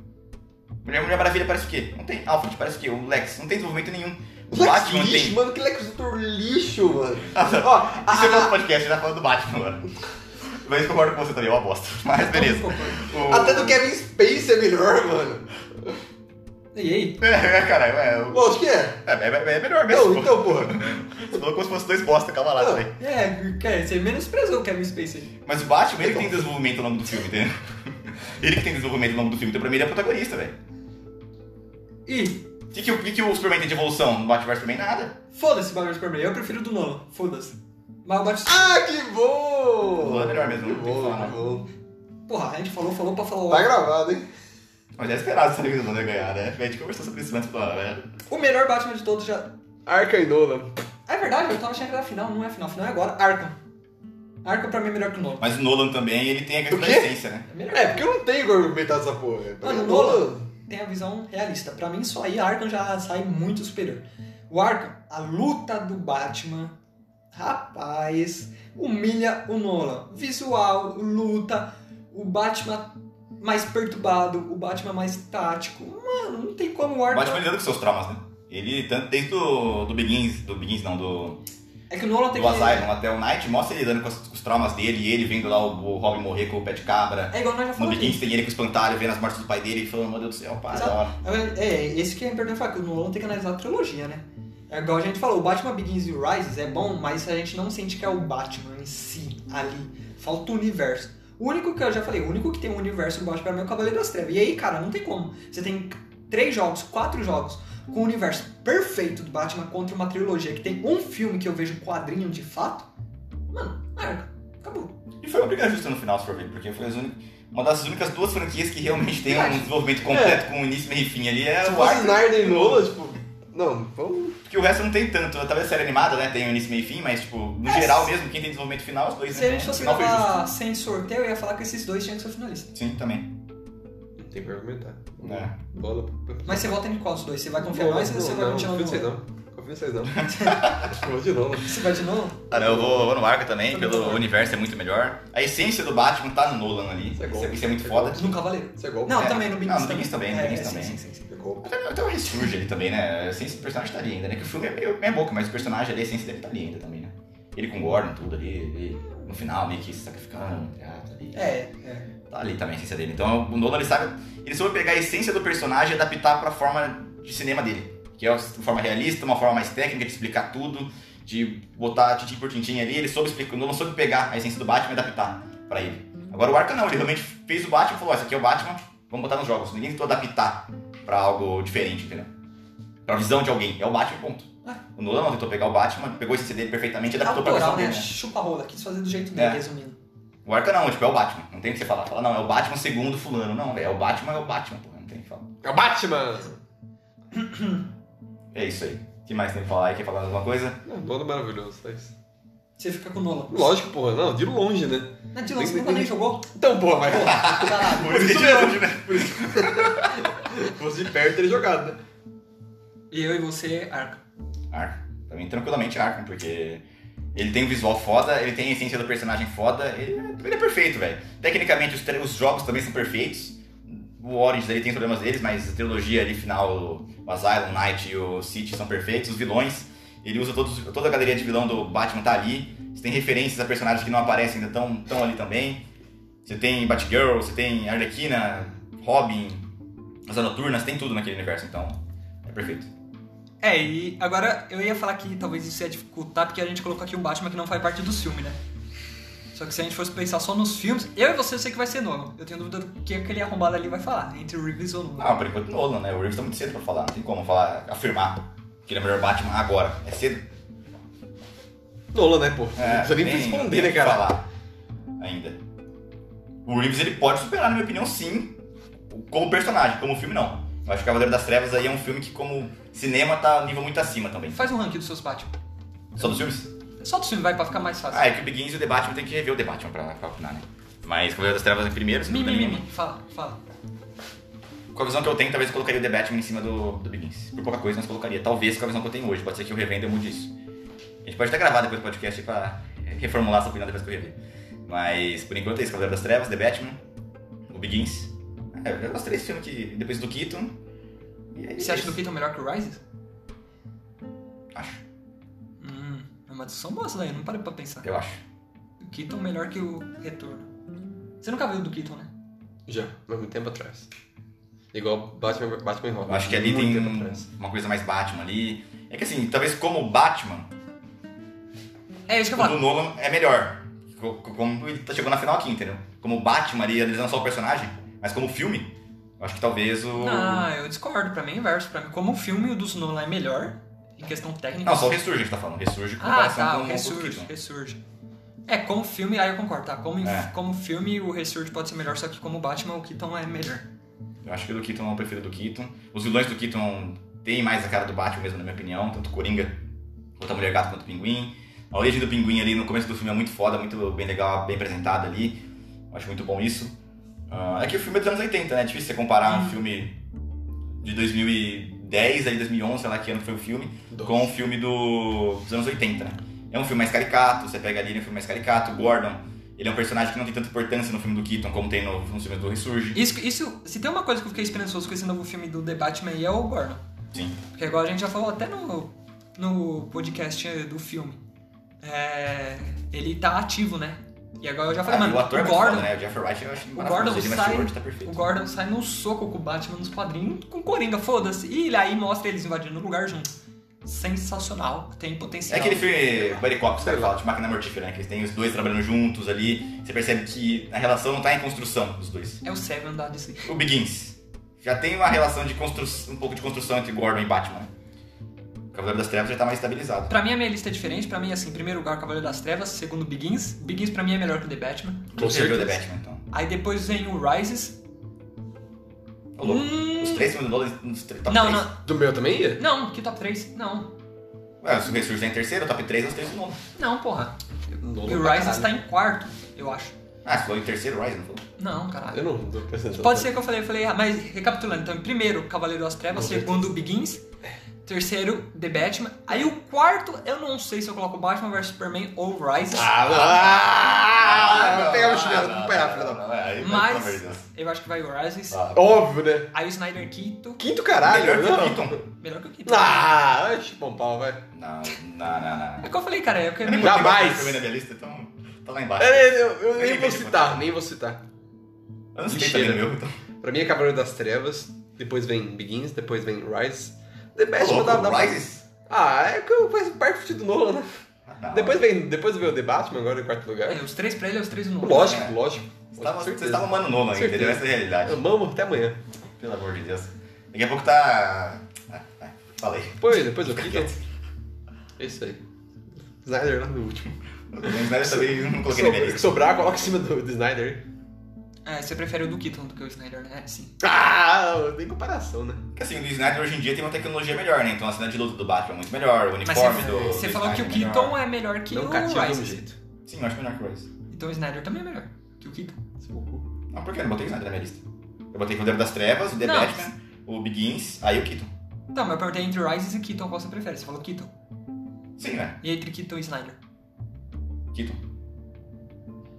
Mulher, Mulher Maravilha parece o quê? Não tem. Alfred parece o quê? O Lex. Não tem desenvolvimento nenhum. O
Lex
Batman
lixo,
tem.
mano, que Lex Luthor lixo, mano. Ó, a-
Isso é outro
a-
podcast, já tá falando do Batman agora. Mas eu concordo com você também, é uma bosta. Mas beleza.
Concordo.
O-
até do Kevin Space é melhor, mano.
E aí?
É, caralho, é, o-
Bom, acho que é.
é, é- é melhor mesmo.
Não, então, porra.
Você falou como se fosse dois bosta, calma lá
Não.
também.
É, cara, você menosprezou o Kevin Spacey.
Mas o Batman, ele que
Então.
tem desenvolvimento ao longo do filme, entendeu? Ele que tem desenvolvimento ao longo do filme, então pra mim ele é protagonista, velho.
Ih,
O que, que, o- que, que o Superman tem de evolução no Batman vs Superman? Nada.
foda-se o Batman vs Superman, eu prefiro o do Nolan, foda-se. Mas o Batman.
Ah, que bom!
Boa, melhor mesmo,
Que
não tem que
bom,
falar,
que bom.
Porra, a gente falou, falou pra falar.
Tá
logo.
gravado, hein?
Mas é esperado essa divisão né, ganhar, né? A gente conversou sobre isso antes pra né?
O melhor Batman de todos já.
Arca e Nolan.
É verdade, eu tava achando que era a final, não é a final, a final é agora. Arkham. Arkham pra mim é melhor que o Nolan.
Mas o Nolan também, ele tem a questão
O
da
quê?
essência, né?
É melhor.
É, porque eu não tenho como argumentar essa porra.
Mano,
É
Nolan. tem a visão realista. Pra mim, só aí Arkham já sai muito superior. O Arkham, a luta do Batman, rapaz, humilha o Nolan. Visual, luta, o Batman mais perturbado, o Batman mais tático. Mano, não tem como o
O
Arkham...
Batman lidando com seus traumas, né? Ele, tanto desde do, do Begins, do Begins não, do,
É que o Nolan tem
do
que...
Asylum até o Night, mostra ele lidando com, as- com os traumas dele, e ele vendo lá o, o Robin morrer com o pé de cabra.
É igual nós já
No
falamos.
Begins tem ele com o espantalho, vendo as mortes do pai dele e falando, meu Deus do céu, pá,
Exato.
da hora.
É, É, esse que é importante falar, que o Nolan tem que analisar a trilogia, né? É igual a gente falou, o Batman Begins e o Rises é bom, mas a gente não sente que é o Batman em si, ali. Falta o universo. O único que eu já falei, o único que tem um universo do Batman pra mim é o Cavaleiro das Trevas. E aí, cara, não tem como. Você tem três jogos, quatro jogos, com o universo perfeito do Batman contra uma trilogia que tem um filme que eu vejo quadrinho de fato. Mano, arca, acabou.
E foi uma briga justa no final, se for ver, porque foi as únicas- uma das únicas duas franquias que realmente tem um
Verdade. É. Tipo assim-
desenvolvimento completo com início, meio e fim ali, é
Se
o
fosse
Arkham,
Snyder e Nolan, tipo. Não, vamos.
porque o resto não tem tanto. Talvez a série animada, né, tem o início, meio e fim, mas, tipo, no
É,
geral
se-
mesmo, quem tem desenvolvimento final, os dois,
Se
né,
a gente fosse
o final foi justo.
gravar sem sorteio, eu ia falar que esses dois tinham que ser finalistas.
Sim, também.
Não tem pra argumentar.
né.
Bola.
Mas você vota em qual dos dois? Você vai confiar em nós ou você vai
não,
continuar
Confio em
no
vocês não. Confio em vocês não. Acho que eu vou de novo.
Você vai de novo?
Ah, não, eu vou, vou no Arca também,
Tá
pelo
bom.
universo é muito melhor. A essência do Batman tá no Nolan ali,
Isso
isso
é
é,
golpe.
isso é muito foda.
No Cavaleiro.
Isso é golpe.
Não,
É.
também no Big
Não, no Big também, no
É,
Big
sim,
também.
Sim, sim, sim.
É golpe.
Até, até o Ressurge ali também, né? A essência do personagem tá ali ainda, né? Que o filme é meio meia boca, mas o personagem ali, a essência dele tá ali ainda também, né? Ele com o Gordon, tudo ali, ele no final meio que se sacrificando, tá ali.
É, é.
Tá ali também a essência dele. Então o Nolan, ele sabe, ele soube pegar a essência do personagem e adaptar pra forma de cinema dele. Que é uma forma realista, uma forma mais técnica de explicar tudo, de botar tintim por tintim ali. Ele soube explicar, o Nolan soube pegar a essência do Batman e adaptar pra ele. Agora o Arca não, ele realmente fez o Batman e falou, ó, esse aqui é o Batman, vamos botar nos jogos. Ninguém tentou adaptar pra algo diferente, entendeu? Pra visão de alguém. É o Batman, ponto.
Ah.
O Nolan não tentou pegar o Batman, pegou esse CD perfeitamente e adaptou pra visão
Autoral,
dele.
né?
né?
Chupa rola, quis fazer do jeito dele,
É.
resumindo.
O Arca não, tipo, é o Batman. Não tem o que você falar. Fala, não, é o Batman segundo fulano. Não, velho, é o Batman, é o Batman, porra. Não tem o que falar.
É o Batman!
É isso aí. O que mais tem pra falar aí? Quer falar alguma coisa?
Não, Nolan é maravilhoso, tá isso.
Você fica com o Nolan.
Lógico, porra, não, de longe, né?
Mas Dylan, você nunca nem jogou?
Então, porra, mas.
Caralho.
Por isso que é de longe, né?
Por isso. Se fosse de perto, teria jogado, né?
E eu e você, Arca.
Arca. Pra mim, tranquilamente Arkham, porque ele tem um visual foda, ele tem a essência do personagem foda, ele, é- ele é perfeito, velho. Tecnicamente, os, tre- os jogos também são perfeitos. O Origins ali tem os problemas deles, mas a trilogia ali final, o Asylum, o Knight e o City são perfeitos. Os vilões, ele usa todos, toda a galeria de vilão do Batman tá ali. Você tem referências a personagens que não aparecem ainda, tão, tão ali também. Você tem Batgirl, você tem Arlequina, Robin, as Noturnas, tem tudo naquele universo, então é perfeito.
É, e agora eu ia falar que talvez isso ia dificultar, porque a gente colocou aqui um Batman que não faz parte do filme, né? Só que se a gente fosse pensar só nos filmes, eu e você eu sei que vai ser Nolan. Eu tenho dúvida do que aquele arrombado ali vai falar, entre o Reeves ou o Nolan.
Ah, por enquanto Nolan, né? O Reeves tá muito cedo pra falar, não tem como falar, afirmar que ele é o melhor Batman agora. É cedo?
Nolan, né, pô?
É,
não precisa nem
tem- não
responder,
tem o
né,
que
cara?
Falar ainda. O Reeves ele pode superar, na minha opinião, sim, como personagem, como filme não. Eu acho que Cavaleiro das Trevas aí é um filme que, como cinema, tá nível muito acima também.
Faz um ranking dos seus Batman.
Só dos filmes?
Só dos filmes, vai, pra ficar mais fácil.
Ah, é que o Begins e o The Batman tem que rever o The Batman pra, pra opinar, né? Mas Cavaleiro das Trevas em primeiro, sem
Mi,
dúvida
mi, mi,
nenhuma.
mi. Fala, fala.
Com a visão que eu tenho, talvez eu colocaria o The Batman em cima do, do Begins. Por pouca coisa, mas colocaria. Talvez com a visão que eu tenho hoje. Pode ser que eu revenda e eu mude isso. A gente pode até gravar depois do podcast aí pra reformular essa opinião depois que eu rever. Mas, por enquanto, é isso. Cavaleiro das Trevas, The Batman, o Begins. É, eu gostei desse filme que depois do Keaton. E é
Você acha
isso.
do Keaton melhor que o Rises?
Acho.
Hum, é uma discussão boa essa daí, eu não parei pra pensar.
Eu acho.
O Keaton é melhor que o Retorno. Você nunca viu o do Keaton, né?
Já, mas muito tempo atrás. Igual Batman, Batman e Robin.
Eu acho que ali
muito
tem
tempo
um-
atrás.
uma coisa mais Batman ali. É que assim, talvez como Batman,
É isso que eu
O
falo.
do Nolan é melhor. Co- co- Como ele tá chegando na final aqui, entendeu? Como Batman ali, analisando só o personagem, mas como filme, eu acho que talvez o.
Não, eu discordo. Pra mim é inverso. Pra mim, como o filme o dos Nolan é melhor, em questão técnica.
Não, só o Ressurge a gente tá falando. Ressurge em
Ah,
comparação
tá,
com
o
o
Ressurge,
Keaton.
Ressurge. É, como filme, aí eu concordo, tá? Como,
É.
como filme, o Ressurge pode ser melhor, só que como Batman, o Keaton é melhor.
Eu acho que o do Keaton eu prefiro o do Keaton. Os vilões do Keaton têm mais a cara do Batman mesmo, na minha opinião. Tanto Coringa, quanto a Mulher Gato, quanto o Pinguim. A origem do Pinguim ali no começo do filme é muito foda, muito bem legal, bem apresentada ali. Eu acho muito bom isso. Ah, é que o filme é dos anos 80, né? É difícil você comparar um filme de 2010, aí 2011, sei lá que ano foi o filme, com o filme do, dos anos 80, né? É um filme mais caricato, você pega ali, ele é um filme mais caricato, Gordon, ele é um personagem que não tem tanta importância no filme do Keaton como tem no, nos filmes do Ressurge.
Isso, isso, se tem uma coisa que eu fiquei esperançoso com esse novo filme do The Batman aí é o Gordon.
Sim.
Porque agora a gente já falou até no, no podcast do filme. É, ele tá ativo, né? E agora eu já falei,
Ah, e
mano,
o ator é muito
Gordon.
foda, né? O Jeffrey Wright eu acho
O Gordon,
maravilhoso. Ele
sai,
tá perfeito.
o Gordon sai no soco com o Batman nos quadrinhos com o Coringa, foda-se. E ele aí mostra eles invadindo o lugar junto. Sensacional, tem
É
potencial.
aquele filme Buddy Cop, que eu falo, de máquina mortífera, né? Que eles têm os dois trabalhando juntos ali. Você percebe que a relação não tá em construção dos dois.
É o Seven da DC.
O Begins. Já tem uma relação de construção, um pouco de construção entre Gordon e Batman. O Cavaleiro das Trevas já tá mais estabilizado.
Pra mim a minha lista é diferente, pra mim assim, em primeiro lugar Cavaleiro das Trevas, segundo Begins. Begins pra mim é melhor que o The Batman.
Com
Você viu
certeza.
The Batman, então.
Aí depois vem o Rises.
Ô, louco.
Hum.
Os três filmes do Nolan nos tre- top
não,
3.
não,
Do meu também ia?
não, que top 3? Não.
Ué, se o Ressurge tá em terceiro, o top 3 é os três do Nolan.
Não, porra.
Nolan
E o
pra
Rises
caralho.
tá em quarto, eu acho.
Ah, você falou em terceiro, Rise, não falou?
Não, caralho.
Eu não tô prestando
Pode
atenção.
ser que eu falei, eu falei, ah, mas recapitulando, então, primeiro Cavaleiro das Trevas,
Com É.
segundo Begins, terceiro The Batman, aí o quarto, eu não sei se eu coloco Batman vs Superman ou Rises,
Ah, lá, lá,
ah,
lá, lá, pegar o chinelo, vou pegar, filho da puta.
mas eu acho que vai o Rises,
Óbvio, né?
aí o Snyder Quito,
Quinto caralho, então.
Melhor que o
não.
Keaton.
melhor que o Quito.
Ah, vai chupar um pau, vai.
Não, não, não, não.
É que eu falei, cara, é que
Eu nem
Dá
botei
mais.
o filme na minha lista, então tá lá embaixo.
É, Eu, eu- eu nem
Ninguém
vou
vai te
citar, nem vou citar.
Eu não sei também
Lixeira.
no meu, então.
Pra mim é Cavaleiro das Trevas, depois vem Begins, depois vem Rise. The Batman
Ô,
dá,
louco,
dá pra-
Rises?
Ah, é que eu faz parte do Nolan, né?
Ah, não.
Depois vem, depois vem o The Batman, agora em quarto lugar.
É, os três pra ele, os três no outro.
Lógico,
É.
lógico.
Você tava-
Com
Você
certeza.
estava amando o Nolan,
Certeza.
entendeu? Essa é a realidade.
Amamos até amanhã.
Pelo amor de Deus. Daqui a pouco tá. Ah, ah, falei.
Depois, depois o Keaton. É isso aí. Snyder lá no último.
O Snyder também não
O
coloquei na minha
que
lista.
sobrar, coloca em cima do, do Snyder.
É, você prefere o do Keaton do que o Snyder, né? Sim.
Ah, tem comparação, né?
Porque assim, o do Snyder hoje em dia tem uma tecnologia melhor, né? Então a cena de luta do Batman é muito melhor, o
Mas
uniforme
você,
do.
você
do
falou que o
Snyder
Keaton
melhor.
é melhor que
Não
o
cativa de um
Rises,
jeito.
Sim, eu acho melhor que o Rice.
então o Snyder também é melhor que o Keaton.
Seu cu.
Não, Ah, por que eu não botei o Snyder na minha lista? Eu botei o Cavaleiro das Trevas, o The
Não.
Batman, o Begins, aí o Keaton.
Não, Então, mas eu perguntei entre Rises e Keaton, qual você prefere? Você falou Keaton.
Sim, né?
E entre Keaton e Snyder?
Keaton.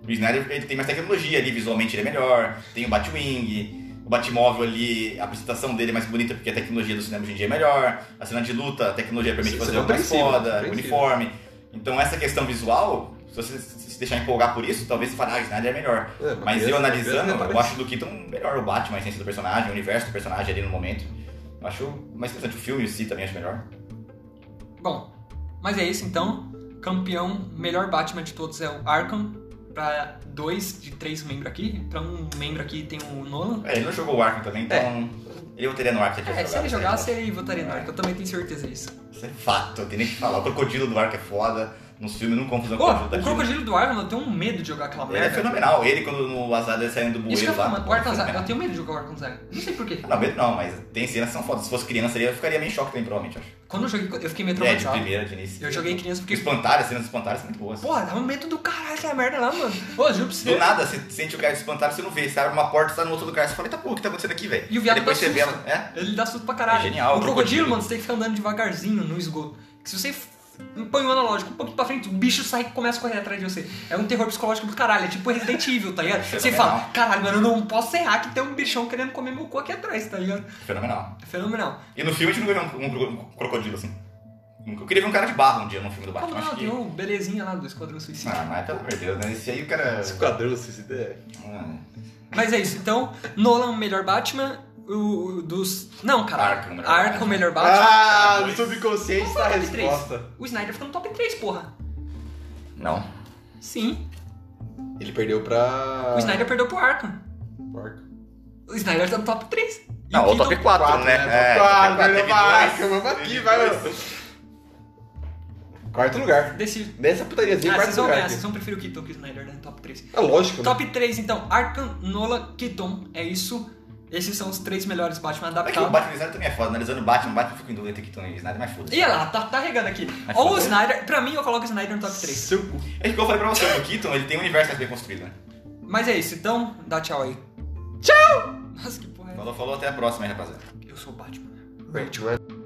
O Snyder ele tem mais tecnologia ali, visualmente ele é melhor, tem o Batwing, o Batmóvel ali, a apresentação dele é mais bonita porque a tecnologia do cinema hoje em dia é melhor, a cena de luta, a tecnologia permite
Isso é
fazer algo mais
compreensível,
foda, o
compreensível.
uniforme. Então essa questão visual, se você se deixar empolgar por isso, talvez você fale, ah, o Snyder é melhor.
É,
Mas eu
criança-
analisando,
criança
eu acho do Keaton melhor o Batman, a essência do personagem, o universo do personagem ali no momento. Eu acho mais interessante o filme em si também, acho melhor.
Bom, mas é isso então. Campeão, melhor Batman de todos é o Arkham. Pra dois de três membros aqui. Pra um membro aqui tem o Nolan.
É, ele não jogou o Arkham também, então ele voltaria no Arkham. né?
É, se ele jogasse, ele votaria no Arkham. Eu também tenho certeza disso.
Isso é fato, tem nem o que falar. O crocodilo do arco é foda. Nos filmes não confusão
Pô,
com
o
o crocodilo daquilo.
Crocodilo do Arkham, eu tenho um medo de jogar aquela
Ele é
merda.
fenomenal. Ele, quando no Azada saindo do
Isso que eu
bueiro
falo,
lá.
mano. O Arkham Zaga, eu tenho medo de jogar o Arkham Zaga. Não sei porquê.
Não, medo não, mas tem cenas que são fodas. Se fosse criança, ali, eu ficaria meio em choque também, provavelmente, acho.
Quando eu joguei, eu fiquei meio
É, de
traumatizado.
primeira, de início.
Eu joguei criança porque.
Espantalho, as cenas espantalhas são muito boas.
Porra, dava um medo do caralho aquela merda lá, mano. Pô, juro pra você.
Do nada, você sente o cara espantado, você não vê. Você abre uma porta, você tá no outro lugar. Você fala, eita porra, o que tá acontecendo aqui, velho?
E o viado tá
Depois
dá
você vê
susto.
ela. É?
Ele dá susto pra caralho.
É genial,
O
o
crocodilo,
crocodilo.
mano, você tem que ficar andando devagarzinho no esgoto. Que se você f- põe o analógico um pouquinho pra frente, o bicho sai e começa a correr atrás de você. É um terror psicológico do caralho. É tipo Resident Evil, tá ligado?
É
Você
fenomenal.
fala, caralho, mano, eu não posso errar que tem um bichão querendo comer meu cu aqui atrás, tá ligado?
Fenomenal.
É fenomenal.
E no filme a gente não vê um, um cro- um crocodilo assim. Eu queria ver um cara de barro um dia no filme do
Como
Batman. acho
não,
que...
tem o belezinha lá do Esquadrão Suicida.
Ah, mas pelo amor de Deus, né? Esse aí o cara.
Esse quadrão, se se der.
Ah.
Mas é isso, então, Nolan, o melhor Batman. O, o dos. Não, caralho.
Arkham, o melhor
Arkham, o
Batman.
melhor Batman.
Ah, no
dois.
subconsciente
Qual foi
tá a
o top 3?
resposta.
O Snyder ficou no top 3, porra.
Não.
Sim.
Ele perdeu pra.
O Snyder perdeu pro Arkham.
Porco.
O Snyder tá no top 3.
Não, o top 4, né? É,
Claro,
top quatro, assim.
perdeu
teve
pra
dois,
Arkham, vamos aqui,
teve
vai,
dois.
mano. Quarto lugar.
Decide.
Nessa putariazinha,
Ah,
quarto
vocês vão
lugar.
ganhar,
aqui.
vocês vão preferir o Keaton que o Snyder, né? Top 3.
Ah, lógico, né?
Top 3, então, Arkham, Nola, Keaton, é isso. Esses são os três melhores Batman
É que o
adaptados.
Batman e o Snyder também é foda. Analisando o Batman, o Batman fica em dúvida entre Keaton e Snyder, mas foda-se.
E olha lá, tá, tá regando aqui.
Mas
Ou o
foda-se.
Snyder, pra mim eu coloco o Snyder no top 3.
Seu cu.
É que como eu falei pra você, o Keaton ele tem um universo mais bem construído, né?
Mas é isso, então, dá tchau aí. Tchau!
Nossa, que porra é
Falou, falou, até a próxima aí, rapaziada.
essa? Eu sou o Batman.
Batman.